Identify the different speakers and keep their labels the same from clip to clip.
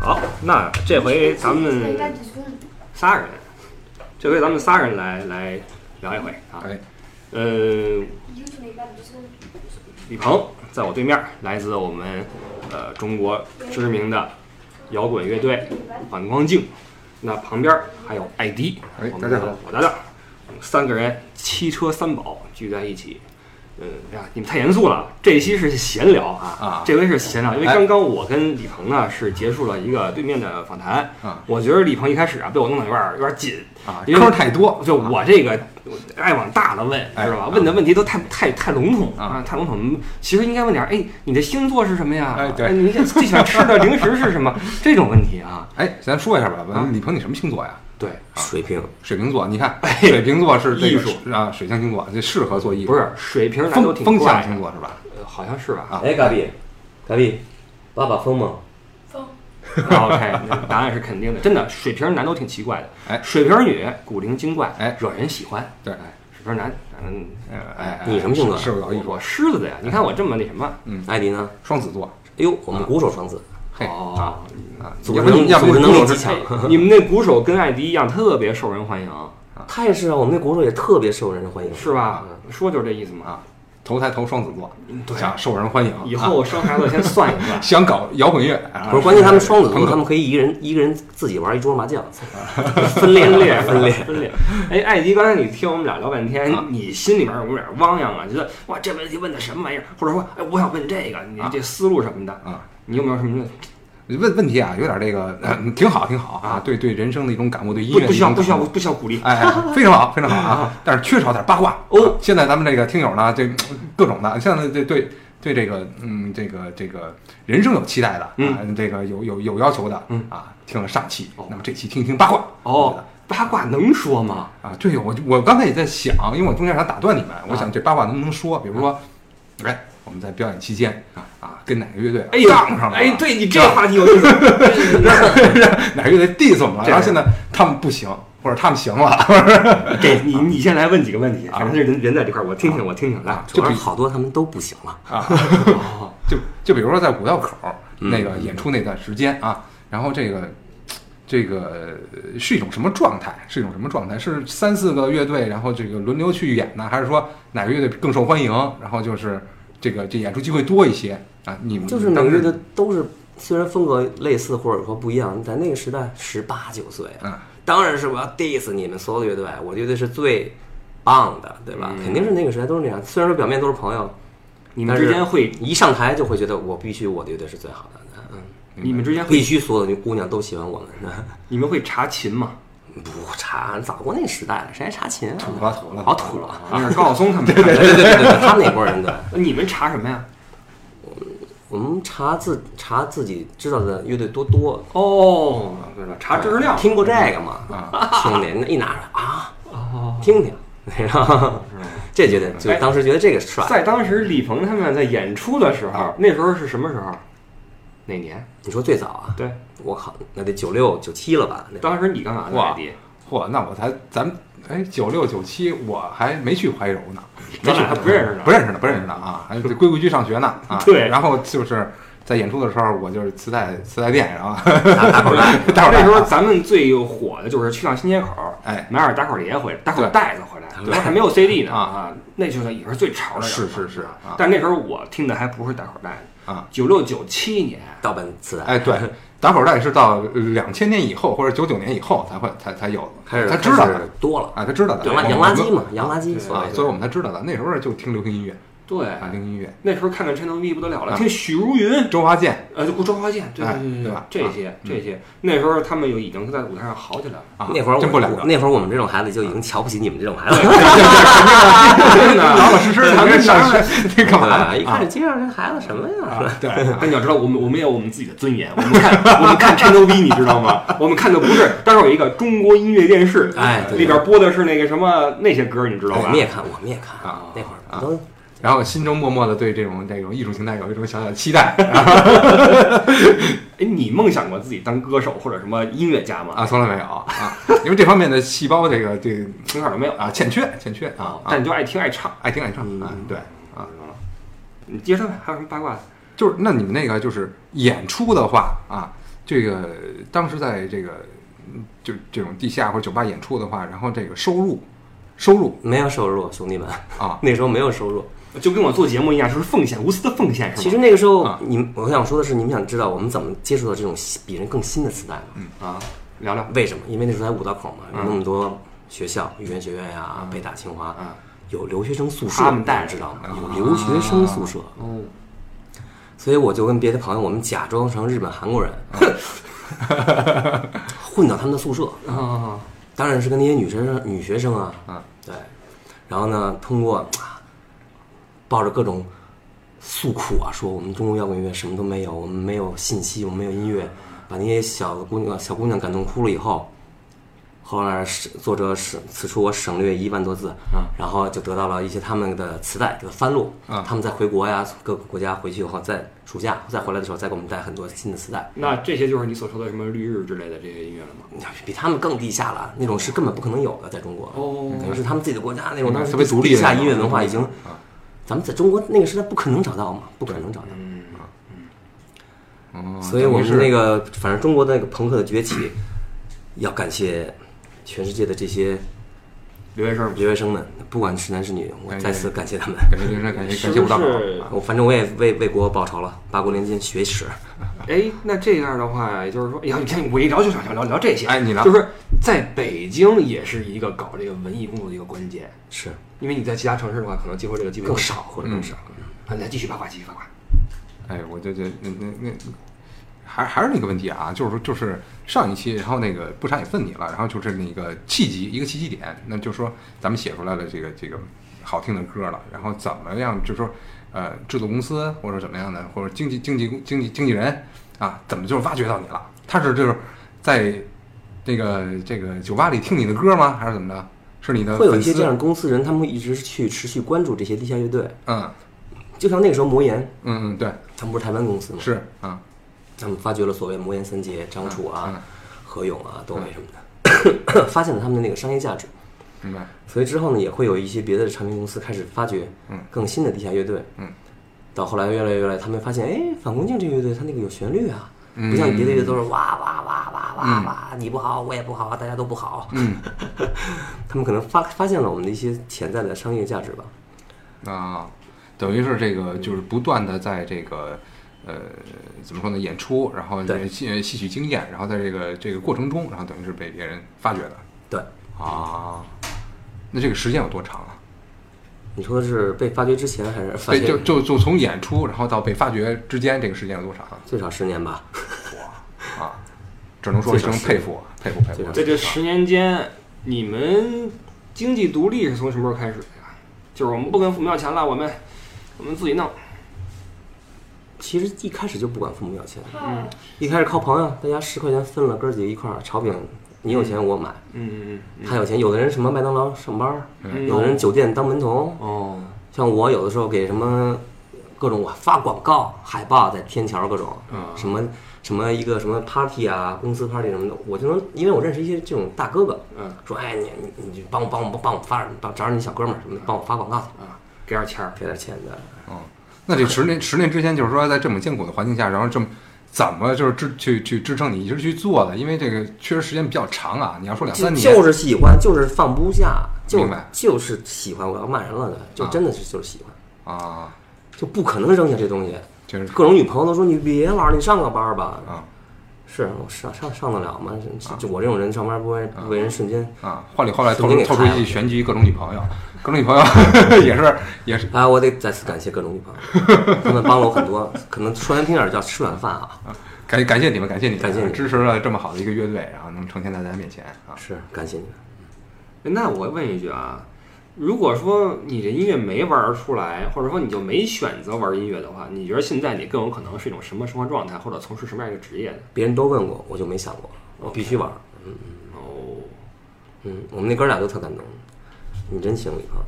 Speaker 1: 好，那这
Speaker 2: 哎
Speaker 1: 回咱们仨人，这回咱们仨人来来聊一回啊。
Speaker 3: 哎，
Speaker 1: 嗯，李鹏在我对面，来自我们呃中国知名的摇滚乐队反光镜。那旁边还有艾迪，
Speaker 3: 哎
Speaker 1: 我们
Speaker 3: 大家好
Speaker 1: 的我搭档，我们三个人七车三宝聚在一起。嗯，哎呀，你们太严肃了，这一期是闲聊啊，
Speaker 3: 啊
Speaker 1: 这回是闲聊，因为
Speaker 3: 哎
Speaker 1: 刚刚我跟李鹏呢是结束了一个对面的访谈，
Speaker 3: 啊
Speaker 1: 我觉得李鹏一开始啊被我弄得有点有点紧，
Speaker 3: 啊，
Speaker 1: 因为
Speaker 3: 坑太多，
Speaker 1: 就我这个我爱往大了问，
Speaker 3: 哎
Speaker 1: 知道吧？问的问题都太太太笼统
Speaker 3: 啊，
Speaker 1: 太笼统。其实应该问点，哎，你的星座是什么呀？
Speaker 3: 哎对
Speaker 1: 你最喜欢吃的零食是什 么？这种问题啊，
Speaker 3: 哎，咱说一下吧，
Speaker 1: 啊
Speaker 3: 问李鹏，你什么星座呀？
Speaker 1: 对，
Speaker 2: 水平，
Speaker 3: 水瓶座，你看，水瓶座是这个
Speaker 1: 哎艺术
Speaker 3: 啊，水象星座，这适合做艺术，
Speaker 1: 不是水瓶男都
Speaker 3: 风
Speaker 1: 挺
Speaker 3: 风象
Speaker 1: 怪
Speaker 3: 星座是吧？
Speaker 1: 的，呃好像是吧
Speaker 3: 啊
Speaker 2: 哎，嘎比，嘎比，爸爸疯吗？
Speaker 1: ？OK，那答案是肯定的，真的，水瓶男都挺奇怪的。
Speaker 3: 哎
Speaker 1: 水瓶女古灵精怪，
Speaker 3: 哎
Speaker 1: 惹人喜欢。
Speaker 3: 对
Speaker 1: 哎，水瓶男，嗯，
Speaker 3: 哎哎，
Speaker 2: 你什么星座
Speaker 3: 是不是搞艺术？哎
Speaker 1: 我狮子的呀，你看我这么那什么？
Speaker 2: 艾迪呢？
Speaker 3: 双子座，
Speaker 2: 哎呦，我们鼓手双子，
Speaker 3: 嘿啊
Speaker 1: 哦，
Speaker 3: 啊，
Speaker 2: 组
Speaker 3: 要
Speaker 2: 织
Speaker 3: 不
Speaker 2: 能
Speaker 3: 要不
Speaker 2: 组织
Speaker 3: 你
Speaker 2: 能力
Speaker 3: 手
Speaker 2: 极
Speaker 3: 是
Speaker 2: 强。
Speaker 1: 哎你们那鼓手跟艾迪一样，特别受人欢迎，
Speaker 2: 他也是啊，我们那鼓手也特别受人欢迎，
Speaker 1: 是吧？说就是这意思嘛。
Speaker 3: 投胎投双子座，
Speaker 1: 对
Speaker 3: 想受人欢迎，
Speaker 1: 以后生孩子先算一算
Speaker 3: 啊。想搞摇滚乐，啊
Speaker 2: 不是，关键他们双子
Speaker 3: 朋
Speaker 2: 座，
Speaker 3: 克
Speaker 2: 他们可以一人一个人自己玩一桌麻将，
Speaker 1: 分裂，分裂，
Speaker 2: 分裂
Speaker 1: 分裂。哎，艾迪，刚才你听我们俩聊半天
Speaker 3: 啊，
Speaker 1: 你心里面有没有点汪洋啊？觉得哇，这问题问的什么玩意儿？或者说，哎，我想问这个，你
Speaker 3: 啊
Speaker 1: 这思路什么的，
Speaker 3: 啊。
Speaker 1: 你有没有什么
Speaker 3: 问问题啊，有点这个，呃挺好，挺好
Speaker 1: 啊
Speaker 3: 啊，对对，人生的一种感悟，对音
Speaker 1: 不
Speaker 3: 乐
Speaker 1: 不
Speaker 3: 的一
Speaker 1: 需要
Speaker 3: 种
Speaker 1: 不需要
Speaker 3: 感悟
Speaker 1: 不需要鼓励？
Speaker 3: 哎，哎非常好，非常好啊！但是缺少点八卦啊
Speaker 1: 哦。
Speaker 3: 现在咱们这个听友呢，这各种的，现在对对对这个嗯，这个这个人生有期待的啊，这个有有有要求的，
Speaker 1: 嗯
Speaker 3: 啊，听了上期
Speaker 1: 哦，
Speaker 3: 那么这期听一听八卦
Speaker 1: 哦，八卦能说吗？
Speaker 3: 啊，对我我刚才也在想，因为我中间想打断你们，
Speaker 1: 啊
Speaker 3: 我想这八卦能不能说，比如说，哎，我们在表演期间啊，跟哪个乐队
Speaker 1: 哎呦
Speaker 3: 杠上，了，
Speaker 1: 哎， 对你这话题有意思。
Speaker 3: 哪个乐队 diss 我们了，
Speaker 1: 这
Speaker 3: 然后现在他们不行，或者他们行了，
Speaker 1: 这你你先来问几个问题，
Speaker 3: 啊
Speaker 1: 反正这人人在这块儿，我听听我听听来。
Speaker 2: 主要
Speaker 3: 这
Speaker 2: 是
Speaker 3: 比
Speaker 2: 好多他们都不行了。
Speaker 3: 啊，
Speaker 1: 哦
Speaker 3: 就就比如说在五道口儿
Speaker 2: 嗯
Speaker 3: 那个演出那段时间啊，然后这个这个呃是一种什么状态？是一种什么状态？是三四个乐队，然后这个轮流去演呢，还是说哪个乐队更受欢迎？然后就是这个这演出机会多一些啊？你们
Speaker 2: 就是每
Speaker 3: 当
Speaker 2: 个
Speaker 3: 时
Speaker 2: 月的都是虽然风格类似或者说不一样，在那个时代十八九岁啊，
Speaker 3: 嗯
Speaker 2: 当然是我要 diss 你们所有的乐队，我的乐队是最棒的，对吧？肯定是那个时代都是那样，虽然说表面都是朋友，
Speaker 1: 你们
Speaker 2: 但是
Speaker 1: 之间会，
Speaker 2: 一上台就会觉得我必须我的乐队是最好的，嗯，
Speaker 1: 你们之间会，
Speaker 2: 必须所有的姑娘都喜欢我们。
Speaker 1: 你们会查琴吗？
Speaker 2: 不查，早过那时代了，谁还查琴啊？
Speaker 3: 土了土了
Speaker 2: 好土了。啊
Speaker 1: 那啊是高晓松他们。对
Speaker 2: 对对对对，他们那波人的，
Speaker 1: 你们查什么呀？
Speaker 2: 我们查自查自己知道的乐队多多，
Speaker 1: 哦，对了，查知识量。
Speaker 2: 听过这个吗？
Speaker 3: 啊，
Speaker 2: 兄弟，那一拿出来啊，
Speaker 1: 哦，哎
Speaker 2: 听听，然后这觉得就当时觉得这个帅。
Speaker 1: 在当时李鹏他们在演出的时候
Speaker 3: 啊，
Speaker 1: 那时候是什么时候？哪年？
Speaker 2: 你说最早啊，
Speaker 1: 对，
Speaker 2: 我靠，那得九六九七了吧？那
Speaker 1: 当时你干嘛呢，
Speaker 3: 哇
Speaker 1: 艾迪？
Speaker 3: 嚯，那我才咱们哎九六九七我还没去怀柔呢，
Speaker 1: 咱俩还
Speaker 2: 啊
Speaker 1: 不认识呢
Speaker 3: 不认识呢，不认识呢啊，还规规矩矩上学呢啊。
Speaker 1: 对
Speaker 3: 然后就是在演出的时候，我就是磁带磁带店，然后
Speaker 2: 打打口袋，
Speaker 3: 大伙儿
Speaker 1: 那时候
Speaker 3: 啊
Speaker 1: 咱们最火的就是去趟新街口，
Speaker 3: 哎，
Speaker 1: 买点打口碟回来，打口
Speaker 3: 对
Speaker 1: 袋子回来，那时候还没有 CD 呢
Speaker 3: 啊
Speaker 1: 啊，那就是也是最潮的。
Speaker 3: 是是是啊
Speaker 1: 但那时候我听的还不是打口袋
Speaker 3: 啊，
Speaker 1: 九六九七年，
Speaker 2: 盗版磁带，
Speaker 3: 哎，对，打口袋是到两千年以后或者九九年以后才会才才有，
Speaker 2: 开始
Speaker 3: 才知道
Speaker 2: 开
Speaker 3: 的
Speaker 2: 始多了，
Speaker 3: 啊，才知道的。
Speaker 2: 洋垃
Speaker 3: 我
Speaker 2: 洋
Speaker 3: 们
Speaker 2: 垃圾嘛，洋垃圾
Speaker 1: 对
Speaker 2: 所
Speaker 3: 啊
Speaker 2: 谓，的
Speaker 3: 所以我们才知道的。那时候就听流行音乐
Speaker 1: 对，
Speaker 2: 哎
Speaker 3: 啊，听音乐，
Speaker 1: 那时候看看陈腾飞不得了了，
Speaker 3: 啊
Speaker 1: 听许茹芸，
Speaker 3: 周华健
Speaker 1: 呃，就周华健，对对
Speaker 3: 哎
Speaker 1: 啊嗯
Speaker 3: 对吧
Speaker 1: 这些这些，那时候他们有已经在舞台上好起来了。
Speaker 3: 啊，
Speaker 2: 那会儿
Speaker 3: 真不了
Speaker 2: 我
Speaker 3: 了，
Speaker 2: 那会儿我们这种孩子就已经瞧不起你们这种孩子了，
Speaker 1: 真的，啊
Speaker 3: 老老实实
Speaker 1: 咱
Speaker 3: 咱
Speaker 1: 们
Speaker 3: 们
Speaker 1: 上
Speaker 3: 上
Speaker 1: 学。
Speaker 3: 学这干嘛
Speaker 2: 对一
Speaker 3: 呢？
Speaker 2: 看
Speaker 3: 啊
Speaker 2: 这街上这孩子什么呀？
Speaker 3: 啊，对，
Speaker 1: 但哎你要知道，我们我们也有我们自己的尊严。我们看我们看 Channel V，你知道吗？我们看的不是，当时有一个中国音乐电视，
Speaker 2: 哎对对
Speaker 1: 里边播的是那个什么那些哎歌，你知道
Speaker 2: 我
Speaker 1: 吧
Speaker 2: 们？也看，我们也看
Speaker 3: 啊
Speaker 2: 那会儿
Speaker 3: 啊
Speaker 2: 都
Speaker 3: 然后心中默默的对这种这种艺术形态有一种小小的期待
Speaker 1: 哎，你梦想过自己当歌手或者什么音乐家吗？
Speaker 3: 啊，从来没有啊，因为这方面的细胞这个这个
Speaker 1: 从小就没有
Speaker 3: 啊欠缺欠缺啊，啊
Speaker 1: 但你就爱听爱唱。
Speaker 3: 爱听爱唱啊
Speaker 2: 哦嗯，
Speaker 3: 对啊
Speaker 1: 啊。你接着呗，还有什么八卦？
Speaker 3: 就是那你们那个就是演出的话啊，这个当时在这个嗯就这种地下或者酒吧演出的话，然后这个收入收入
Speaker 2: 没有收入，兄弟们，
Speaker 3: 啊，
Speaker 2: 那时候没有收入。
Speaker 1: 就跟我做节目一样，就是奉献，无私的奉献，是吗？
Speaker 2: 其实那个时候
Speaker 3: 啊，
Speaker 2: 你们我想说的是，你们想知道我们怎么接触到这种新比人更新的磁带吗？
Speaker 1: 啊，聊聊，
Speaker 2: 为什么？因为那时候才五道口嘛，有那么多学校，语言学院呀、北大、清华
Speaker 1: 啊，
Speaker 2: 有留学生宿舍，
Speaker 1: 他们带
Speaker 2: 你知道吗？有留学生宿舍，
Speaker 1: 哦，
Speaker 2: 所以我就跟别的朋友，我们假装成日本、韩国人， 混到他们的宿舍，
Speaker 1: 啊，
Speaker 2: 当然是跟那些女学生、女学生啊，
Speaker 3: 嗯，
Speaker 2: 对，然后呢，通过啊抱着各种诉苦啊，说我们中国摇滚乐什么都没有，我们没有信息，我们没有音乐，把那些小姑娘、小姑娘感动哭了以后，后来是作者省此处我省略一万多字，
Speaker 1: 嗯
Speaker 2: 然后就得到了一些他们的磁带，给它翻录，
Speaker 3: 嗯
Speaker 2: 他们再回国呀，各个国家回去以后，在暑假再回来的时候，再给我们带很多新的磁带。
Speaker 1: 那这些就是你所说的什么绿日之类的这些音乐了吗？
Speaker 2: 比他们更地下了，那种是根本不可能有的，在中国，
Speaker 1: 哦
Speaker 2: 可能是他们自己的国家那种
Speaker 3: 嗯
Speaker 2: 当时
Speaker 3: 特别独立的
Speaker 2: 地下
Speaker 3: 那种嗯
Speaker 2: 音乐文化已经，咱们在中国那个时代不可能找到嘛，不可能找到。
Speaker 1: 嗯，
Speaker 3: 嗯
Speaker 2: 所以
Speaker 3: 等
Speaker 2: 我
Speaker 3: 于
Speaker 2: 们
Speaker 3: 是
Speaker 2: 那个，反正中国的那个朋克的崛起，要感谢全世界的这些
Speaker 1: 留学生
Speaker 2: 留学生们，不管是男是女，我
Speaker 3: 感谢
Speaker 2: 再次感谢他们。
Speaker 3: 感谢真是感谢感谢吴大宝
Speaker 1: 是
Speaker 3: 啊
Speaker 2: 我反正我也为为国报仇了，八国联军血史。
Speaker 1: 哎，那这样的话，也就是说，哎呀，你看我一聊就想聊聊聊这些，
Speaker 3: 哎你聊
Speaker 1: 就是在北京也是一个搞这个文艺工作的一个关键，
Speaker 2: 是
Speaker 1: 因为你在其他城市的话，可能接触这个机会
Speaker 2: 更
Speaker 1: 少
Speaker 2: 少或者更少，
Speaker 1: 啊，来继续八卦，继续八卦。
Speaker 3: 哎，我就觉得那那那，还还是那个问题啊，就是说就是上一期，然后那个不傻也问你了，然后就是那个契机，一个契机点，那就是说咱们写出来了这个这个好听的歌了，然后怎么样，就是说呃，制作公司或者怎么样的，或者经纪经纪经纪经纪人啊，怎么就是挖掘到你了？他是就是在这个这个酒吧里听你的歌吗？还是怎么着？是你的
Speaker 2: 会有一
Speaker 3: 呃粉
Speaker 2: 些
Speaker 3: 丝
Speaker 2: 这样的公司人，他们会一直去持续关注这些地下乐队，
Speaker 3: 嗯
Speaker 2: 就像那个时候魔岩，
Speaker 3: 嗯嗯，对，
Speaker 2: 他们不是台湾公司吗？
Speaker 3: 是啊，
Speaker 2: 他们发掘了所谓魔岩三杰张楚
Speaker 3: 嗯
Speaker 2: 啊、何勇啊、窦唯什么的， 发现了他们的那个商业价值。
Speaker 3: 明白，
Speaker 2: 所以之后呢，也会有一些别的唱片公司开始发掘
Speaker 3: 嗯
Speaker 2: 更新的地下乐队。
Speaker 3: 嗯，
Speaker 2: 到后来越来越来，他们发现，哎，反光镜这个乐队它那个有旋律啊，
Speaker 3: 嗯
Speaker 2: 不像别的乐队都是哇哇哇哇哇哇，你不好我也不好，大家都不好。嗯， 他们可能发发现了我们的一些潜在的商业价值吧。
Speaker 3: 啊，等于是这个就是不断的在这个呃怎么说呢演出，然后
Speaker 2: 对
Speaker 3: 吸吸取经验，然后在这个这个过程中，然后等于是被别人发掘的
Speaker 2: 对，
Speaker 3: 啊。那这个时间有多长啊？
Speaker 2: 你说的是被发掘之前还是发
Speaker 3: 被
Speaker 2: 掘
Speaker 3: 就就就从演出，然后到被发掘之间，这个时间有多长啊
Speaker 2: 最少十年吧？
Speaker 3: 啊？只能说一声
Speaker 2: 最少
Speaker 3: 佩服，啊佩服，佩
Speaker 2: 最
Speaker 3: 服
Speaker 2: 少！
Speaker 1: 在这十年间，你们经济独立是从什么时候开始的呀？就是我们不跟父母要钱了，我们我们自己弄。
Speaker 2: 其实一开始就不管父母要钱，
Speaker 1: 嗯
Speaker 2: 一开始靠朋友，大家十块钱分了，哥儿几个一块儿炒饼，你有钱我买，
Speaker 1: 嗯嗯嗯
Speaker 2: 他有钱，有的人什么麦当劳上班，
Speaker 1: 嗯
Speaker 2: 有的人酒店当门童，
Speaker 1: 哦，
Speaker 2: 像我有的时候给什么各种我发广告海报在天桥各种
Speaker 1: 啊
Speaker 2: 什么什么一个什么 party 啊，公司 party 什么的，我就能因为我认识一些这种大哥哥，
Speaker 1: 嗯
Speaker 2: 说哎你你你帮我帮我帮我发帮找找你小哥们儿什么的，帮我发广告去，
Speaker 1: 啊，给点钱儿。
Speaker 2: 给点钱的，
Speaker 3: 嗯，那这十年十年之间，就是说在这么艰苦的环境下，然后这么怎么就是支去去支撑你一直去做的？因为这个确实时间比较长啊，你要说两
Speaker 2: 就
Speaker 3: 三年，
Speaker 2: 就是喜欢，就是放不下，就
Speaker 3: 明白
Speaker 2: 就是喜欢，我要骂人了的，就
Speaker 3: 啊
Speaker 2: 真的是就是喜欢，
Speaker 3: 啊，
Speaker 2: 就不可能扔下这东西。
Speaker 3: 确实
Speaker 2: 各种女朋友都说你别玩了，你上个班儿吧。
Speaker 3: 啊
Speaker 2: 是我上上上得了吗？就就我这种人上班不会不为人瞬间。
Speaker 3: 啊！话里话外透
Speaker 2: 曾经
Speaker 3: 出
Speaker 2: 也
Speaker 3: 透出
Speaker 2: 看
Speaker 3: 一玄机，各种女朋友，各种女 朋友也是也是
Speaker 2: 啊，我得再次感谢各种女朋友，他们帮了我很多。可能说难听点儿叫吃软饭啊，
Speaker 3: 感感谢你们，感谢你们，
Speaker 2: 感谢你们
Speaker 3: 支持了这么好的一个乐队，然后能呈现在大家面前啊！
Speaker 2: 是感谢你们。
Speaker 1: 哎那我问一句啊，如果说你这音乐没玩出来，或者说你就没选择玩音乐的话，你觉得现在你更有可能是一种什么生活状态，或者从事什么样一个职业呢？
Speaker 2: 别人都问过，我就没想过，我必须玩儿。
Speaker 1: 哦，
Speaker 2: 嗯，我们那哥俩都特感动，你真行，李鹏。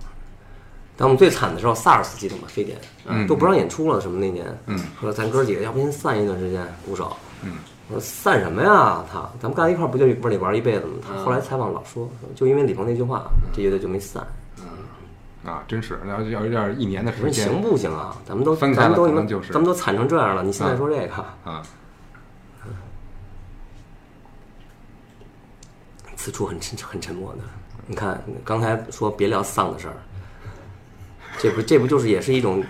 Speaker 2: 当我们最惨的时候，SARS 记得吗？非典，
Speaker 3: 嗯
Speaker 2: 都不让演出了，什么那年，
Speaker 3: 嗯，
Speaker 2: 说咱哥几个要不先散一段时间，鼓手，嗯，我说散什么呀？他，咱们干一块儿不就不是得玩一辈子吗？
Speaker 3: 嗯
Speaker 2: 他后来采访老说，就因为李鹏那句话，这乐队就没散。
Speaker 3: 啊，真是，然后要要要一年的
Speaker 2: 我说
Speaker 3: 时
Speaker 2: 你
Speaker 3: 间
Speaker 2: 行不行啊？咱们都
Speaker 3: 嗯分开
Speaker 2: 咱
Speaker 3: 了
Speaker 2: 们都
Speaker 3: 可
Speaker 2: 你
Speaker 3: 能
Speaker 2: 们
Speaker 3: 就是
Speaker 2: 咱们都惨成这样了，你现在
Speaker 3: 嗯
Speaker 2: 说这个，
Speaker 3: 啊，
Speaker 2: 此处很沉很沉默的。你看，刚才说别聊丧的事儿，这不这不就是也是一种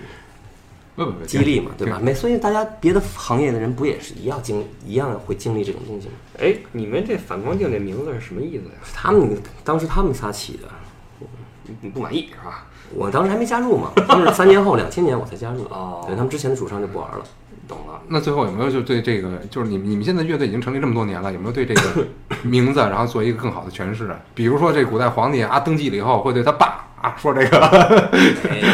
Speaker 3: 不不不，
Speaker 2: 激励嘛，对吧？？没，所以大家别的行业的人不也是一样经一样会经历这种东西吗？
Speaker 1: 哎，你们这反光镜这名字是什么意思呀？
Speaker 2: 他们当时他们仨起的，
Speaker 1: 嗯你你不满意是吧？
Speaker 2: 我当时还没加 入嘛，他们是三年后两千年我才加入，
Speaker 1: 哦
Speaker 2: 对他们之前的主唱就不玩了。
Speaker 1: 懂了，
Speaker 3: 那最后有没有就对这个，就是你们你们现在乐队已经成立这么多年了，有没有对这 个名字，然后做一个更好的诠释啊？比如说这古代皇帝啊，登基了以后会对他爸啊说这个，
Speaker 1: 没有，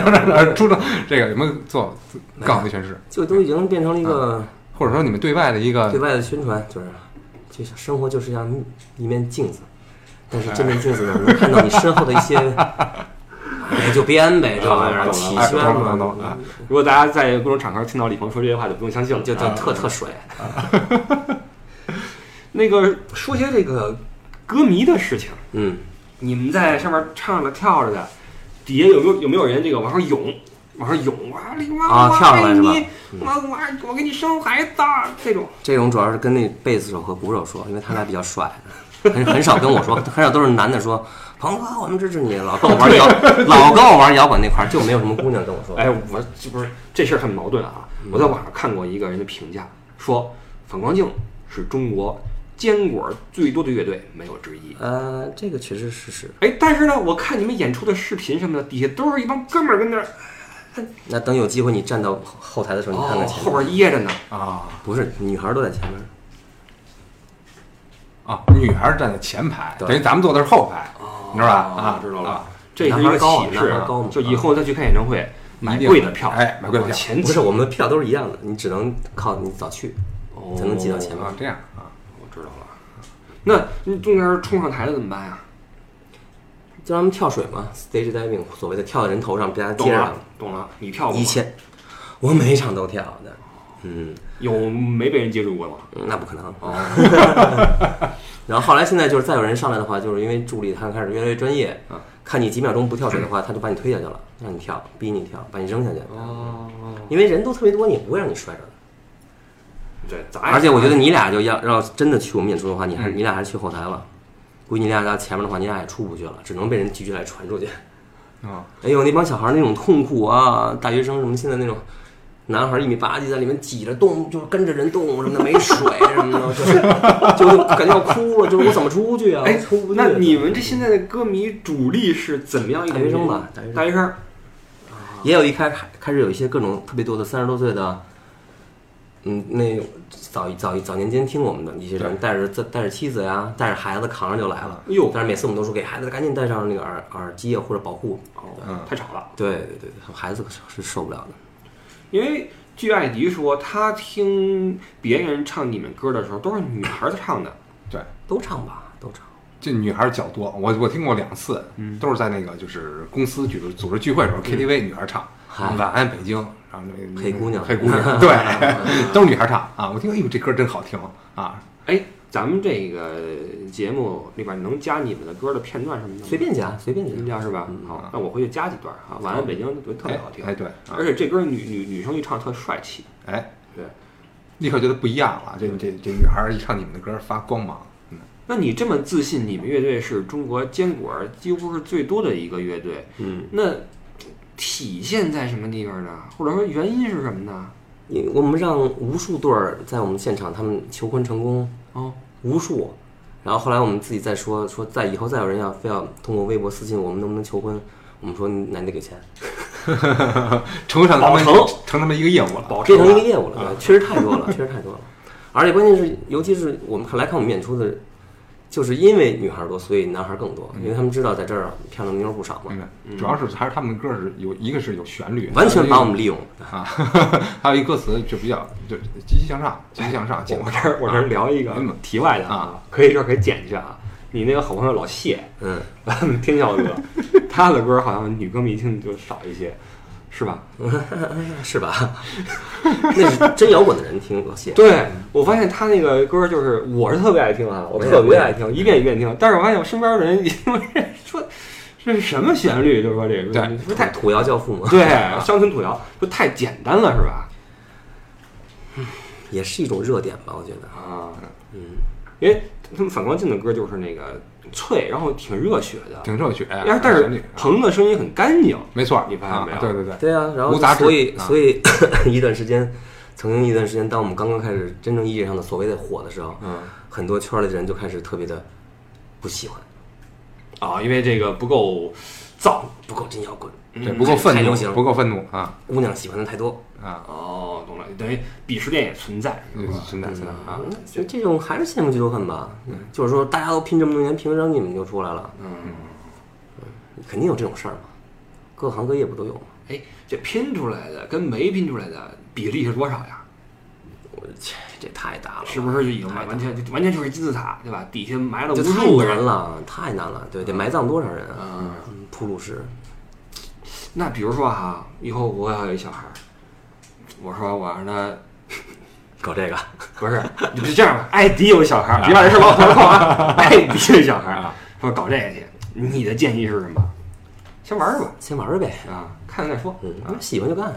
Speaker 3: 哪 哪哪出了这个有没有做更好的诠释？
Speaker 2: 就都已经变成了一个
Speaker 3: 或者说你们对外的一
Speaker 1: 嗯
Speaker 2: 对
Speaker 3: 个
Speaker 2: 外的宣传，就是啊就像生活就是像一面镜子，但是这面镜子呢，能看到你身后的一 些，哎，就编呗，这玩意儿
Speaker 1: 啊懂
Speaker 2: 起
Speaker 1: 了
Speaker 3: 哎，
Speaker 2: 轩
Speaker 3: 等等等
Speaker 2: 嘛
Speaker 3: 啊，，
Speaker 1: 如果大家在各种场合听到李鹏说这些话，就不用相信嗯了。
Speaker 2: 就就特特水。
Speaker 1: 那个说些这个歌迷的事情，
Speaker 2: 嗯，
Speaker 1: 你们在上面唱着跳着的，底下有没有有没有人这个往上涌，往上涌哇李妈
Speaker 2: 啊
Speaker 1: 我
Speaker 2: 跳上
Speaker 1: 爱
Speaker 2: 来是吧
Speaker 1: 你，我我爱我给你生孩子这种，
Speaker 2: 这种主要是跟那贝斯手和鼓手说，因为他俩比较帅，很很少跟我说，很少都是男的说，鹏哥，我们支持你，老跟我玩摇， 老跟我玩摇滚那块儿就没有什么姑娘跟我说。
Speaker 1: 哎，我这不是这事儿很矛盾啊！我在网上看过一个人的评价，说反光镜是中国坚果最多的乐队，没有之一。
Speaker 2: 呃，这个确实是事实。
Speaker 1: 哎，但是呢，我看你们演出的视频什么的，底下都是一帮哥们儿跟那儿
Speaker 2: 那等有机会你站到后后台的时候，你看
Speaker 1: 哦
Speaker 2: 看前
Speaker 1: 后
Speaker 2: 面，
Speaker 1: 边掖着呢。
Speaker 3: 啊
Speaker 2: 不是女孩儿都在前面。
Speaker 3: 啊，女孩站在前排，
Speaker 2: 对
Speaker 3: 等于咱们坐的是后排，你知道吧？
Speaker 1: 哦
Speaker 3: 啊，
Speaker 1: 知道了
Speaker 3: 啊。
Speaker 1: 这是一个启
Speaker 2: 男
Speaker 1: 示
Speaker 2: 孩高
Speaker 1: 啊
Speaker 2: 嘛，
Speaker 1: 就以后再去看演唱会，买
Speaker 3: 一定
Speaker 1: 贵的票，
Speaker 3: 哎买贵的票
Speaker 1: 前
Speaker 2: 不是，我们的票都是一样的，你只能靠你早去。才能挤到前面
Speaker 3: 啊，这样啊，
Speaker 1: 哦我知道了。那你中间冲上台了怎么办呀？
Speaker 2: 就让他们跳水嘛，stage diving，所谓的跳到人头上，被大家
Speaker 1: 懂
Speaker 2: 接上
Speaker 1: 了。，懂了。你跳过吗
Speaker 2: 以前我每一场都跳的，嗯，
Speaker 1: 有没被人接住过吗？
Speaker 2: 那不可能。
Speaker 1: 哦，
Speaker 2: 然后后来现在就是再有人上来的话，就是因为助理他开始越来越专业
Speaker 1: 啊，
Speaker 2: 看你几秒钟不跳水的话，他就把你推下去了，让你跳，逼你跳，把你扔下去。
Speaker 1: 哦，
Speaker 2: 因为人都特别多，你也不会让你摔着的。
Speaker 1: 对，咱
Speaker 2: 而且我觉得你俩就要要真的去我们演出的话，你还你俩还是去后台吧。估计你俩到前面的话，你俩也出不去了，只能被人举起来 传出去。
Speaker 1: 哦
Speaker 3: 啊，
Speaker 2: 哎呦，那帮小孩儿那种痛苦啊，大学生什么现在那种。男孩儿一米八几，在里面挤着动，就是跟着人动什么的，没水什么的， 就是就感觉要哭了，就是我怎么出去啊？
Speaker 1: 哎
Speaker 2: 我出不，去。
Speaker 1: 那你们这现在的歌迷主力是怎么样一个
Speaker 2: 大学生吧
Speaker 1: 大
Speaker 2: 大学生
Speaker 1: 学生，
Speaker 2: 也有一开开始有一些各种特别多的三十多岁的，嗯，那早早早年间听我们的一些人，带着带带着妻子呀，带着孩子扛着就来了。
Speaker 1: 哎呦
Speaker 2: 但是每次我们都说给孩子赶紧戴上那个耳耳机啊或者保护。
Speaker 1: 哦
Speaker 3: 嗯，
Speaker 1: 太吵了。
Speaker 2: 对对对，对孩子是受不了的。
Speaker 1: 因为据艾迪说，他听别人唱你们歌的时候，都是女孩儿唱的。
Speaker 3: 对，
Speaker 2: 都唱吧，都唱。
Speaker 3: 这女孩儿较多，我我听过两次，
Speaker 1: 嗯
Speaker 3: 都是在那个就是公司组织组织聚会的时候 KTV 女孩儿唱
Speaker 2: 嗨
Speaker 3: 《晚安北京》，然后那个
Speaker 2: 黑姑娘
Speaker 3: 黑姑 娘，对，都是女孩儿唱啊。我听，哎呦，这歌真好听啊！
Speaker 1: 哎，咱们这个节目里边能加你们的歌的片段什么的吗？
Speaker 2: 随便加，随便
Speaker 1: 你们
Speaker 2: 加。
Speaker 1: 家是吧？好，那我回去加几段啊。晚安北京特别好听，
Speaker 3: 嗯哎哎对啊
Speaker 1: 而且这歌女女女生一唱特帅气，
Speaker 3: 哎，
Speaker 1: 对。
Speaker 3: 立刻觉得不一样了，这这这女孩儿一唱你们的歌儿发光芒，嗯，
Speaker 1: 那你这么自信，你们乐队是中国坚果几乎是最多的一个乐队，
Speaker 2: 嗯，
Speaker 1: 那体现在什么地方呢？或者说原因是什么呢？
Speaker 2: 因我们让无数对儿在我们现场，他们求婚成功，
Speaker 1: 哦，
Speaker 2: 无数。然后后来我们自己再说说，在以后再有人要非要通过微博私信我们能不能求婚，我们说男的给钱，
Speaker 3: 成上他们
Speaker 1: 宝成
Speaker 3: 成他们一个业务了，
Speaker 2: 变成一个业务
Speaker 3: 啊
Speaker 2: 了，确实太多了，确实太多了。而且关键是，尤其是我们看来看我们演出的，就是因为女孩多，所以男孩更多，
Speaker 3: 嗯
Speaker 2: 因为他们知道在这儿漂亮妞儿不少嘛，
Speaker 3: 明白？主要是还是他们的歌儿是有一个是有旋律，
Speaker 2: 完全把我
Speaker 3: 们
Speaker 2: 们利用了。
Speaker 3: 啊，还有一歌词就比较就积极向上，积极向上，
Speaker 1: 我这儿我这儿聊一个
Speaker 3: 嗯
Speaker 1: 题外的
Speaker 3: 啊，
Speaker 1: 可以这儿可以剪去啊。你那个好朋友老谢，
Speaker 2: 嗯，
Speaker 1: 咱们天笑哥，他的歌好像女歌迷听的就少一些，是吧？
Speaker 3: 嗯
Speaker 2: 是吧？ 那是真摇滚的人听老谢，
Speaker 1: 对，我发现他那个歌就是我是特别爱听啊，我
Speaker 2: 我也
Speaker 1: 特别
Speaker 2: 我也
Speaker 1: 爱听，一遍一遍听。但是我发现我身边的 人说这是什么旋律，就说这个，
Speaker 3: 对
Speaker 1: 你说太
Speaker 2: 土摇教父嘛，
Speaker 1: 对乡村土谣，就太简单了，是吧？
Speaker 2: 也是一种热点吧，我觉得。
Speaker 1: 啊，
Speaker 2: 嗯，
Speaker 1: 因为他们反光镜的歌就是那个脆，然后挺热血的，
Speaker 3: 挺热血，
Speaker 1: 但哎是但
Speaker 3: 旋律啊
Speaker 1: 是朋克声音很干净，
Speaker 3: 没错，
Speaker 1: 你发现没有
Speaker 3: 啊对对对，
Speaker 2: 对啊，然后
Speaker 3: 无杂质
Speaker 2: 所以
Speaker 3: 啊
Speaker 2: 所以 一段时间，曾经一段时间，当我们刚刚开始真正意义上的所谓的火的时候，
Speaker 1: 嗯
Speaker 2: 很多圈里的人就开始特别的不喜欢，
Speaker 1: 啊，因为这个不够燥，
Speaker 2: 不够真摇滚，
Speaker 3: 对不够愤
Speaker 2: 嗯太
Speaker 3: 怒
Speaker 2: 流行，
Speaker 3: 不够愤怒啊
Speaker 2: 姑娘喜欢的太多，
Speaker 3: 啊，
Speaker 1: 哦，懂了，等于鄙视链也存在，是吧？
Speaker 3: 真的真的啊，
Speaker 2: 嗯，所以这种还是羡慕嫉妒恨吧，嗯就是说大家都拼这么多年，凭什么你们就出来了？
Speaker 1: 嗯，
Speaker 2: 肯定有这种事儿嘛，各行各业不都有吗？
Speaker 1: 哎，这拼出来的跟没拼出来的比例是多少呀？
Speaker 2: 我切，这太大了，
Speaker 1: 是不是就已经完完全就完全就是金字塔，对吧？底下埋了无
Speaker 2: 这太
Speaker 1: 数个
Speaker 2: 难
Speaker 1: 人。
Speaker 2: 了，太难了，对，得埋葬多少人啊？
Speaker 1: 嗯，
Speaker 2: 嗯铺路石，
Speaker 1: 那比如说哈，以后我要有一小孩儿，我说我让他
Speaker 2: 搞这个，
Speaker 1: 不是，你就这样吧，艾迪有小孩儿，别把这事儿往头上靠啊。艾迪有小孩儿，
Speaker 2: 啊
Speaker 1: 说搞这个去，你的建议是什么？先玩儿吧，
Speaker 2: 先玩儿呗。
Speaker 1: 啊，看看再说。
Speaker 2: 嗯，
Speaker 1: 啊，
Speaker 2: 喜欢就干。